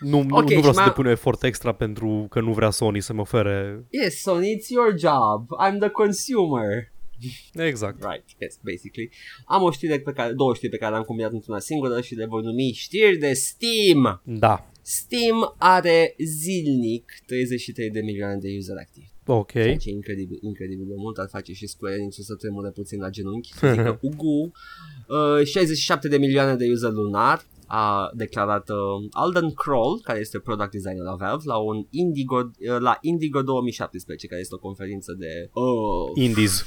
nu, nu, okay, nu vreau să depun un efort extra pentru că nu vrea Sony să-mi ofere...
Yes, Sony, it's your job. I'm the consumer.
Exact.
Right, yes, basically. Am o știre pe care, două știri pe care le-am combinat într-una singură și le voi numi știri de Steam.
Da.
Steam are zilnic 33 de milioane de user activi.
Ok.
Ceea ce e incredibil, incredibil de mult, ar face și Square Enix să tremure puțin la genunchi, să zică ugu. Uh, 67 de milioane de user lunar a declarat uh, Alden Kroll, care este product designer la Valve, la un Indigo, uh, la Indigo 2017, care este o conferință de... oh,
Uh, Indies.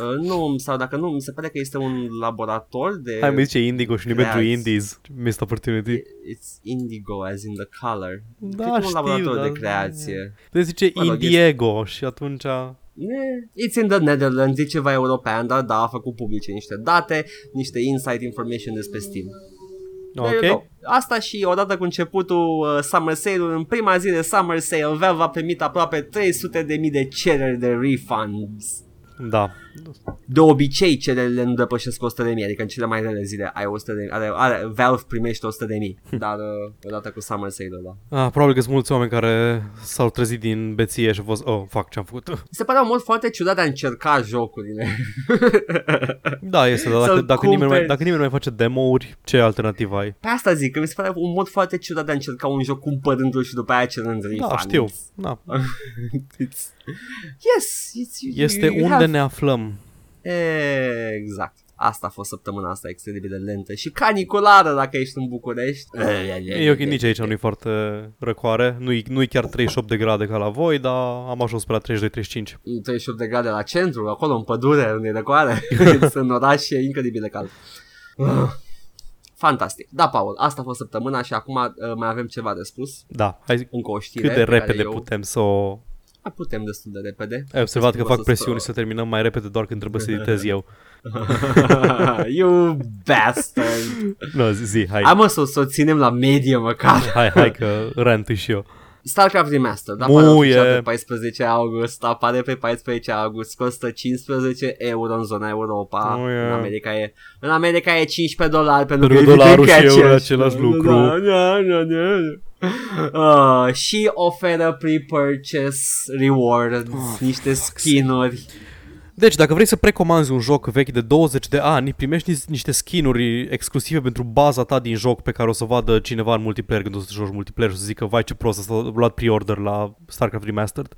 Uh, nu, sau dacă nu, mi se pare că este un laborator de...
Hai, mi zice Indigo și nu pentru Indies. Missed opportunity.
It's Indigo as in the color. Da, Cred știu, un laborator da, de creație.
Te zice mă Indiego rog, Da, și atunci...
It's in the Netherlands, e ceva european, dar da, a făcut publice niște date, niște insight information despre Steam.
Okay.
Asta și odată cu începutul uh, Summer Sale-ului, în prima zi de Summer Sale, Valve a primit aproape 300.000 de cereri de refunds.
Da.
De obicei cererile nu depășesc 100 de mii, adică în cele mai rele zile ai 100 de mii, are, are, Valve primește 100 de mii, dar uh, odată cu Summer Sale-ul
ăla. Ah, probabil că sunt mulți oameni care s-au trezit din beție și au fost, oh, fac ce-am făcut.
Se pare un mod foarte ciudat de a încerca jocurile.
da, este, dar dacă, dacă, nimeni mai, dacă nimeni mai face demo-uri, ce alternativă ai? Da,
Pe asta zic, că mi se pare un mod foarte ciudat de a încerca un joc cumpărându-l și după aia cerând refund.
Da, știu. Da.
it's... Yes, it's,
este unde have... ne aflăm.
Exact. Asta a fost săptămâna asta extrem de lentă și caniculară dacă ești în București.
E ok, nici aici nu e foarte răcoare, nu-i, nu-i chiar 38 de grade ca la voi, dar am ajuns pe la 32-35.
38 de grade la centru, acolo în pădure, unde e răcoare,
Exact.
în oraș e incredibil de cald. Ah, Fantastic. Da, Paul, asta a fost săptămâna și acum uh, mai avem ceva de spus.
Da, hai zi,
Încă o știre.
cât de
pe care
repede
eu...
putem să o...
A, Putem destul de repede.
Ai observat că
Scuze,
fac
să-
presiuni să terminăm mai repede doar când trebuie să editez eu.
you bastard.
Nu, zi, zi hai.
Hai mă să, să o ținem la medie măcar.
Hai, hai că rant și eu.
StarCraft Remastered apare
Muie.
oficial pe 14 august, apare pe 14 august, costă 15 euro în zona Europa,
Muie.
în America e, în America e 15 dolari pentru
Pentru
că
că dolarul
evident că
și
e
euro e
aceeași.
același lucru.
Da, da, da, da. Uh, și oferă pre-purchase rewards,
Ah,
niște skinuri.
Deci, dacă vrei să precomanzi un joc vechi de 20 de ani, primești ni- niște skinuri exclusive pentru baza ta din joc pe care o să o vadă cineva în multiplayer când o să joci multiplayer și o să zică, vai ce prost, asta a luat pre-order la StarCraft Remastered.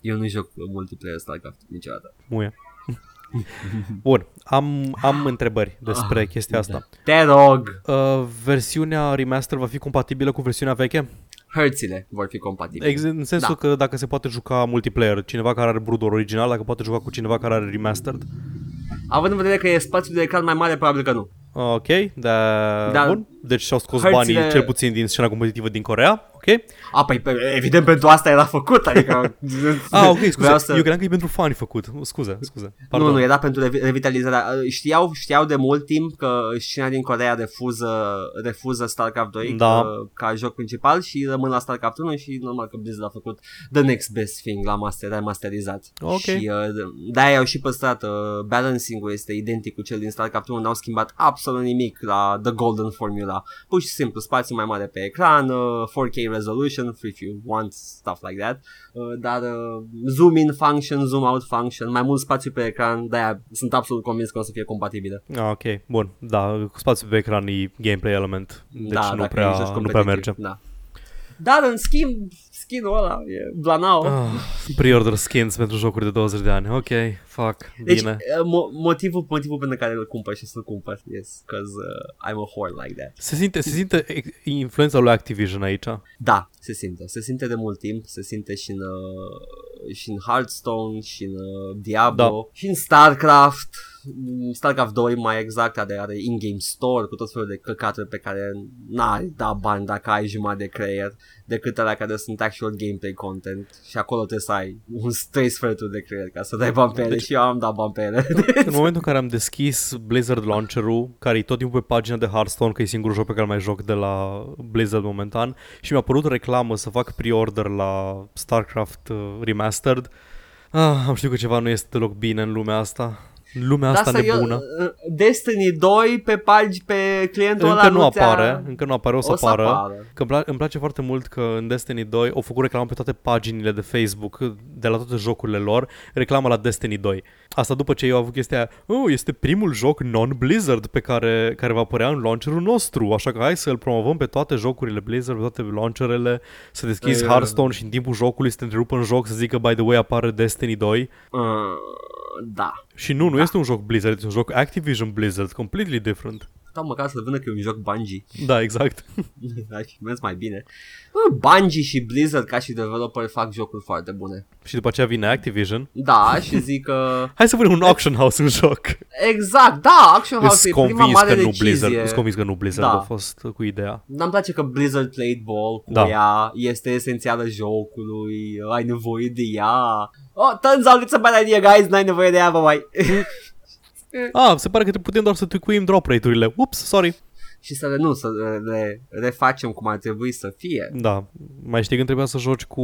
Eu nu joc multiplayer StarCraft niciodată.
Muie. Bun, am, am întrebări despre chestia asta.
Te rog,
Uh, versiunea remaster va fi compatibilă cu versiunea veche?
hărțile vor fi compatibile.
Ex- în sensul da. că dacă se poate juca multiplayer, cineva care are Brudor original, dacă poate juca cu cineva care are remastered.
Având în vedere că e spațiul de ecran mai mare, probabil că nu.
Ok, da,
Da.
da. bun. Deci și-au scos
Hărțile-
banii cel puțin din scena competitivă din Corea, ok?
A, păi, pe- evident pentru asta era făcut, adică...
Ah, ok, scuze,
vreau
să... eu credeam că e pentru fani făcut, scuze, scuze, pardon.
Nu, nu, era pentru revi- revitalizarea. Știau, știau de mult timp că scena din Corea refuză, refuză StarCraft 2
Da.
ca, ca joc principal și rămân la StarCraft 1 și normal că Blizzard a făcut the next best thing, l-a master, remasterizat.
Ok.
Și uh, de-aia au și păstrat. Uh, balancing-ul este identic cu cel din StarCraft 1, n-au schimbat absolut nimic la The Golden Formula. Pur și simplu, spațiu mai mare pe ecran, uh, 4K resolution, if you want stuff like that. Uh, dar uh, zoom in function, zoom out function, mai mult spațiu pe ecran, de-aia sunt absolut convins că o să fie compatibilă.
Ah, ok, bun, da, cu spațiu pe ecran e gameplay element, deci
da,
nu,
dacă
prea,
e joci
nu prea
competitiv,
merge.
Da. Dar în schimb, skin-ul ăla e blanao.
Ah, pre-order skins pentru jocuri de 20 de ani, ok, fuck,
Deci,
bine.
uh, mo- motivul, motivul pentru care îl cumpăr și să-l cumpăr, yes, because uh, I'm a whore like that.
Se simte, se simte ex- influența lui Activision aici.
Da, se simte. Se simte de mult timp, se simte și în, uh, și în Hearthstone, și în uh, Diablo, da. și în StarCraft, Mm, StarCraft 2 mai exact, care are in-game store cu tot felul de căcaturi pe care n-ai da bani dacă ai jumătate de creier, decât alea care sunt actual gameplay content și acolo trebuie să ai un trei sferturi de creier ca să dai bani pe ele deci... și eu am dat bani pe ele.
În momentul în care am deschis Blizzard Launcher-ul, care e tot timpul pe pagina de Hearthstone, că e singurul joc pe care îl mai joc de la Blizzard momentan, și mi-a apărut reclamă să fac pre-order la StarCraft uh, Remastered, ah, am știut că ceva nu este deloc bine în lumea asta. În lumea asta
Da, să eu-
nebună.
Destiny 2 pe pagi pe clientul ăla
Încă nu
ți-a-
apare, încă nu apare, o să,
o să
apară.
apară.
Că îmi, pla- îmi place foarte mult că în Destiny 2 au făcut reclamă pe toate paginile de Facebook, de la toate jocurile lor, reclamă la Destiny 2. Asta după ce eu am avut chestia aia, oh, este primul joc non-Blizzard pe care, care va apărea în launcherul nostru, așa că hai să-l promovăm pe toate jocurile Blizzard, pe toate launcherele, să deschizi
Da, da, da.
Hearthstone și în timpul jocului să te întrerupă în joc să zică, by the way, apare Destiny 2.
Uh, da.
Și nu, nu este un joc Blizzard, este un joc Activision Blizzard, completely different.
Sau măcar să vână că e un joc Bungie
Da, exact.
Ar fi mers mai bine Bă, Bungie și Blizzard ca și developer fac jocuri foarte bune
și după aceea vine Activision
Da, și zic că
Hai să punem un auction house în joc.
Exact, da, Action House
Îți
e prima
convins
mare
că nu
decizie
Blizzard, îți convins că nu Blizzard
Da.
a fost cu ideea.
N-am place că Blizzard played ball cu
Da.
da. ea Este esențială jocului Ai nevoie de ea Oh, turns out it's a bad idea, guys N-ai nevoie de ea, bye bye
Ah, se pare că te putem doar să tuicuim drop rate-urile. Ups, sorry.
Și să le, nu, să le, le refacem cum ar trebui să fie
Da, mai știi când trebuia să joci cu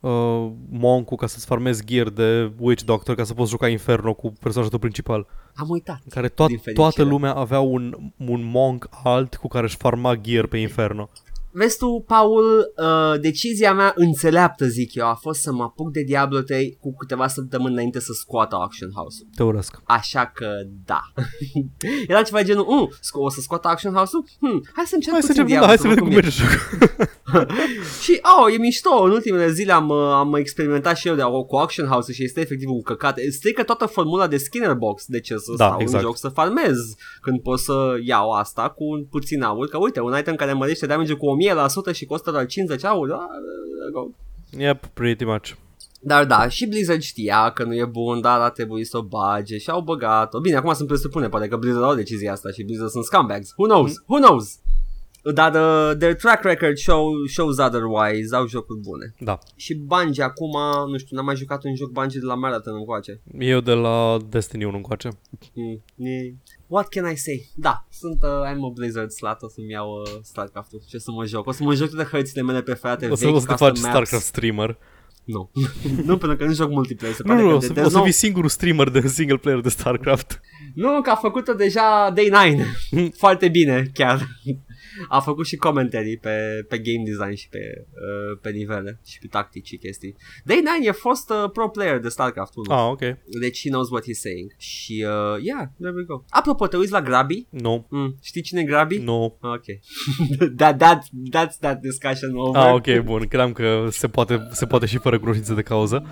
uh, Moncu ca să-ți farmezi gear de Witch Doctor ca să poți juca Inferno cu personajul tău principal.
Am uitat
În care toat,
Din fericire.
toată lumea avea un, un Monk alt cu care își farma gear pe Inferno.
Vezi tu, Paul, uh, decizia mea înțeleaptă, zic eu, a fost să mă apuc de Diablo 3 cu câteva săptămâni înainte să scoată Auction House-ul.
Te urăsc.
Așa că da. Era ceva genul, mm, sco- o să scoată Auction House-ul? Hmm, hai să încerc
Hai să
puțin
începem,
Diablo,
da, hai să vedem cum
văd
merge jocul.
și, oh, e mișto, în ultimele zile am, uh, am experimentat și eu de cu Auction House și este efectiv un căcat. Strică toată formula de Skinner Box, de ce să
Da,
stau
exact.
în joc să farmez când pot să iau asta cu un puțin aur, că uite, un item care mărește damage cu 1000% și costă doar 50 aur, ah, go.
Yep, pretty much.
Dar da, și Blizzard știa că nu e bun, dar a trebuit să o bage și au băgat-o. Bine, acum sunt presupune, poate că Blizzard au decizia asta și Blizzard sunt scumbags. Who knows?
Mhm.
Who knows? Dar uh, their track record show, shows otherwise, au jocuri bune.
Da.
Și Bungie acum, nu știu, n-am mai jucat un joc Bungie de la Marathon încoace.
Eu de la Destiny 1 încoace.
Mm. e- What can I say? Da, sunt, uh, I'm a Blizzard slat, o să-mi iau uh, StarCraft-ul și o să mă joc. O să mă joc de hărțile mele preferate
O să,
vechi,
o să te
custom
faci
maps.
StarCraft streamer.
Nu, nu pentru că nu joc multiplayer. Se
Nu,
pare
nu,
că
o
de-
să,
there's
o să
no-
fii singurul streamer de single player de StarCraft.
Nu, că a făcut-o deja Day 9 Foarte bine chiar A făcut și comentarii pe, pe game design și pe, uh, pe nivele Și pe tactici și chestii Day 9 e fost uh, pro player de StarCraft 1
Ah, ok.
Deci he knows what he's saying Și uh, yeah, there we go Apropo, te uiți la Grabi?
Nu,
Mm, știi cine e Grabi? Ah,
nu.
Ok that, that, That's that discussion over
Ah, ok, bun. Credeam că se poate, se poate și fără cunoștință de cauză.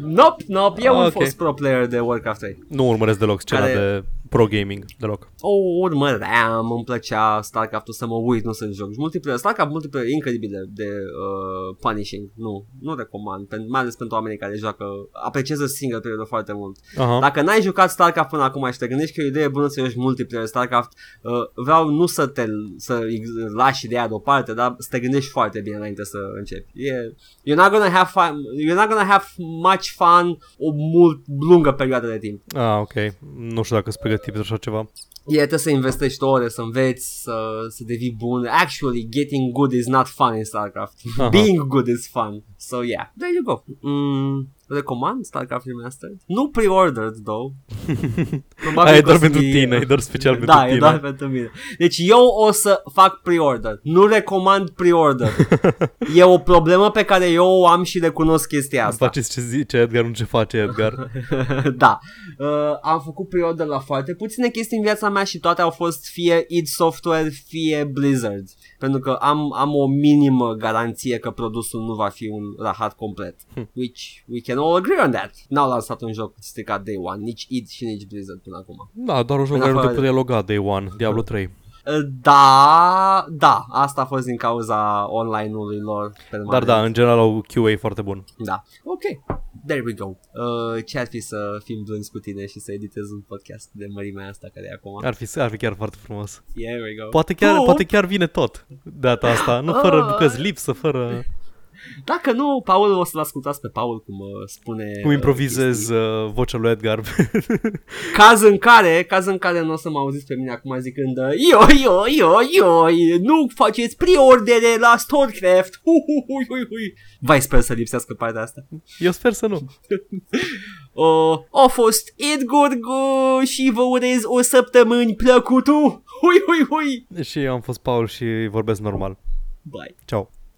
Nope, nope Eu
Ah,
am
ok.
fost pro player de Warcraft 3
Nu urmăresc deloc scena
Care-
de pro-gaming, deloc.
o urmăream, îmi plăcea StarCraft-ul să mă uit, nu să-l joc. Și multiplayer, StarCraft multiplayer e incredibil de, de uh, punishing, nu, nu recomand, pen, mai ales pentru oamenii care joacă, apreciază single player foarte mult.
Aha.
Dacă n-ai jucat StarCraft până acum și te gândești că e o idee bună să joci multiplayer StarCraft, uh, vreau nu să te să lași ideea deoparte, dar să te gândești foarte bine înainte să începi. E, you're not gonna have fun, you're not gonna have much fun o mult lungă perioadă de timp.
Ah, ok. Nu știu dacă sunt pregătit pentru așa ceva.
E, trebuie să investești ore, să înveți, să, să devii bun. Actually, getting good is not fun in StarCraft.
Aha.
Being good is fun. So yeah, there you go. Mm, recomand StarCraft Remastered. Nu pre-ordered, though. Probabil
Aia e
că o
doar
să
pentru
fie-
tine, e doar special pentru
da, e
tine.
doar pentru mine. Deci eu o să fac pre-order. Nu recomand pre-order. e o problemă pe care eu o am și recunosc chestia asta.
Faceți ce zice Edgar, nu ce face Edgar.
da. Uh, am făcut pre-order la foarte puține chestii în viața mea și toate au fost fie id Software, fie Blizzard. Pentru că am, am o minimă garanție că produsul nu va fi un rahat complet.
Hm.
Which we can all agree on that. N-au lansat un joc stricat Day One, nici id și nici Blizzard până acum.
Da, doar un joc
În
care nu te
afară de-
puteai loga Day One, Diablo 3.
Uh, da, da, asta a fost din cauza online-ului lor.
Dar
permanent.
da, în general au QA foarte bun.
Da. Ok. There we go. Uh, ce ar fi să fim blânzi cu tine și să editez un podcast de mărimea asta care e acum?
Ar fi, ar fi chiar foarte frumos.
Here we go.
Poate chiar,
Nu.
poate chiar vine tot data asta, nu fără
Ah.
bucăți lipsă, fără
Dacă nu, Paul o să-l ascultați pe Paul cum uh, spune...
cum
uh,
improvizez uh, vocea lui Edgar.
chestii. Caz în care, caz în care nu o să mă auziți pe mine acum zicând uh, Io, io, io, io, nu faceți preordere la StarCraft. Hu, hu, hu, hu, hu. Vai, sper să lipsească partea asta.
Eu sper să nu.
Uh, a fost Edgar Gu și vă urez o săptămâni plăcută. Hui, hui, hui.
Și eu am fost Paul și vorbesc normal.
Bye.
Ciao.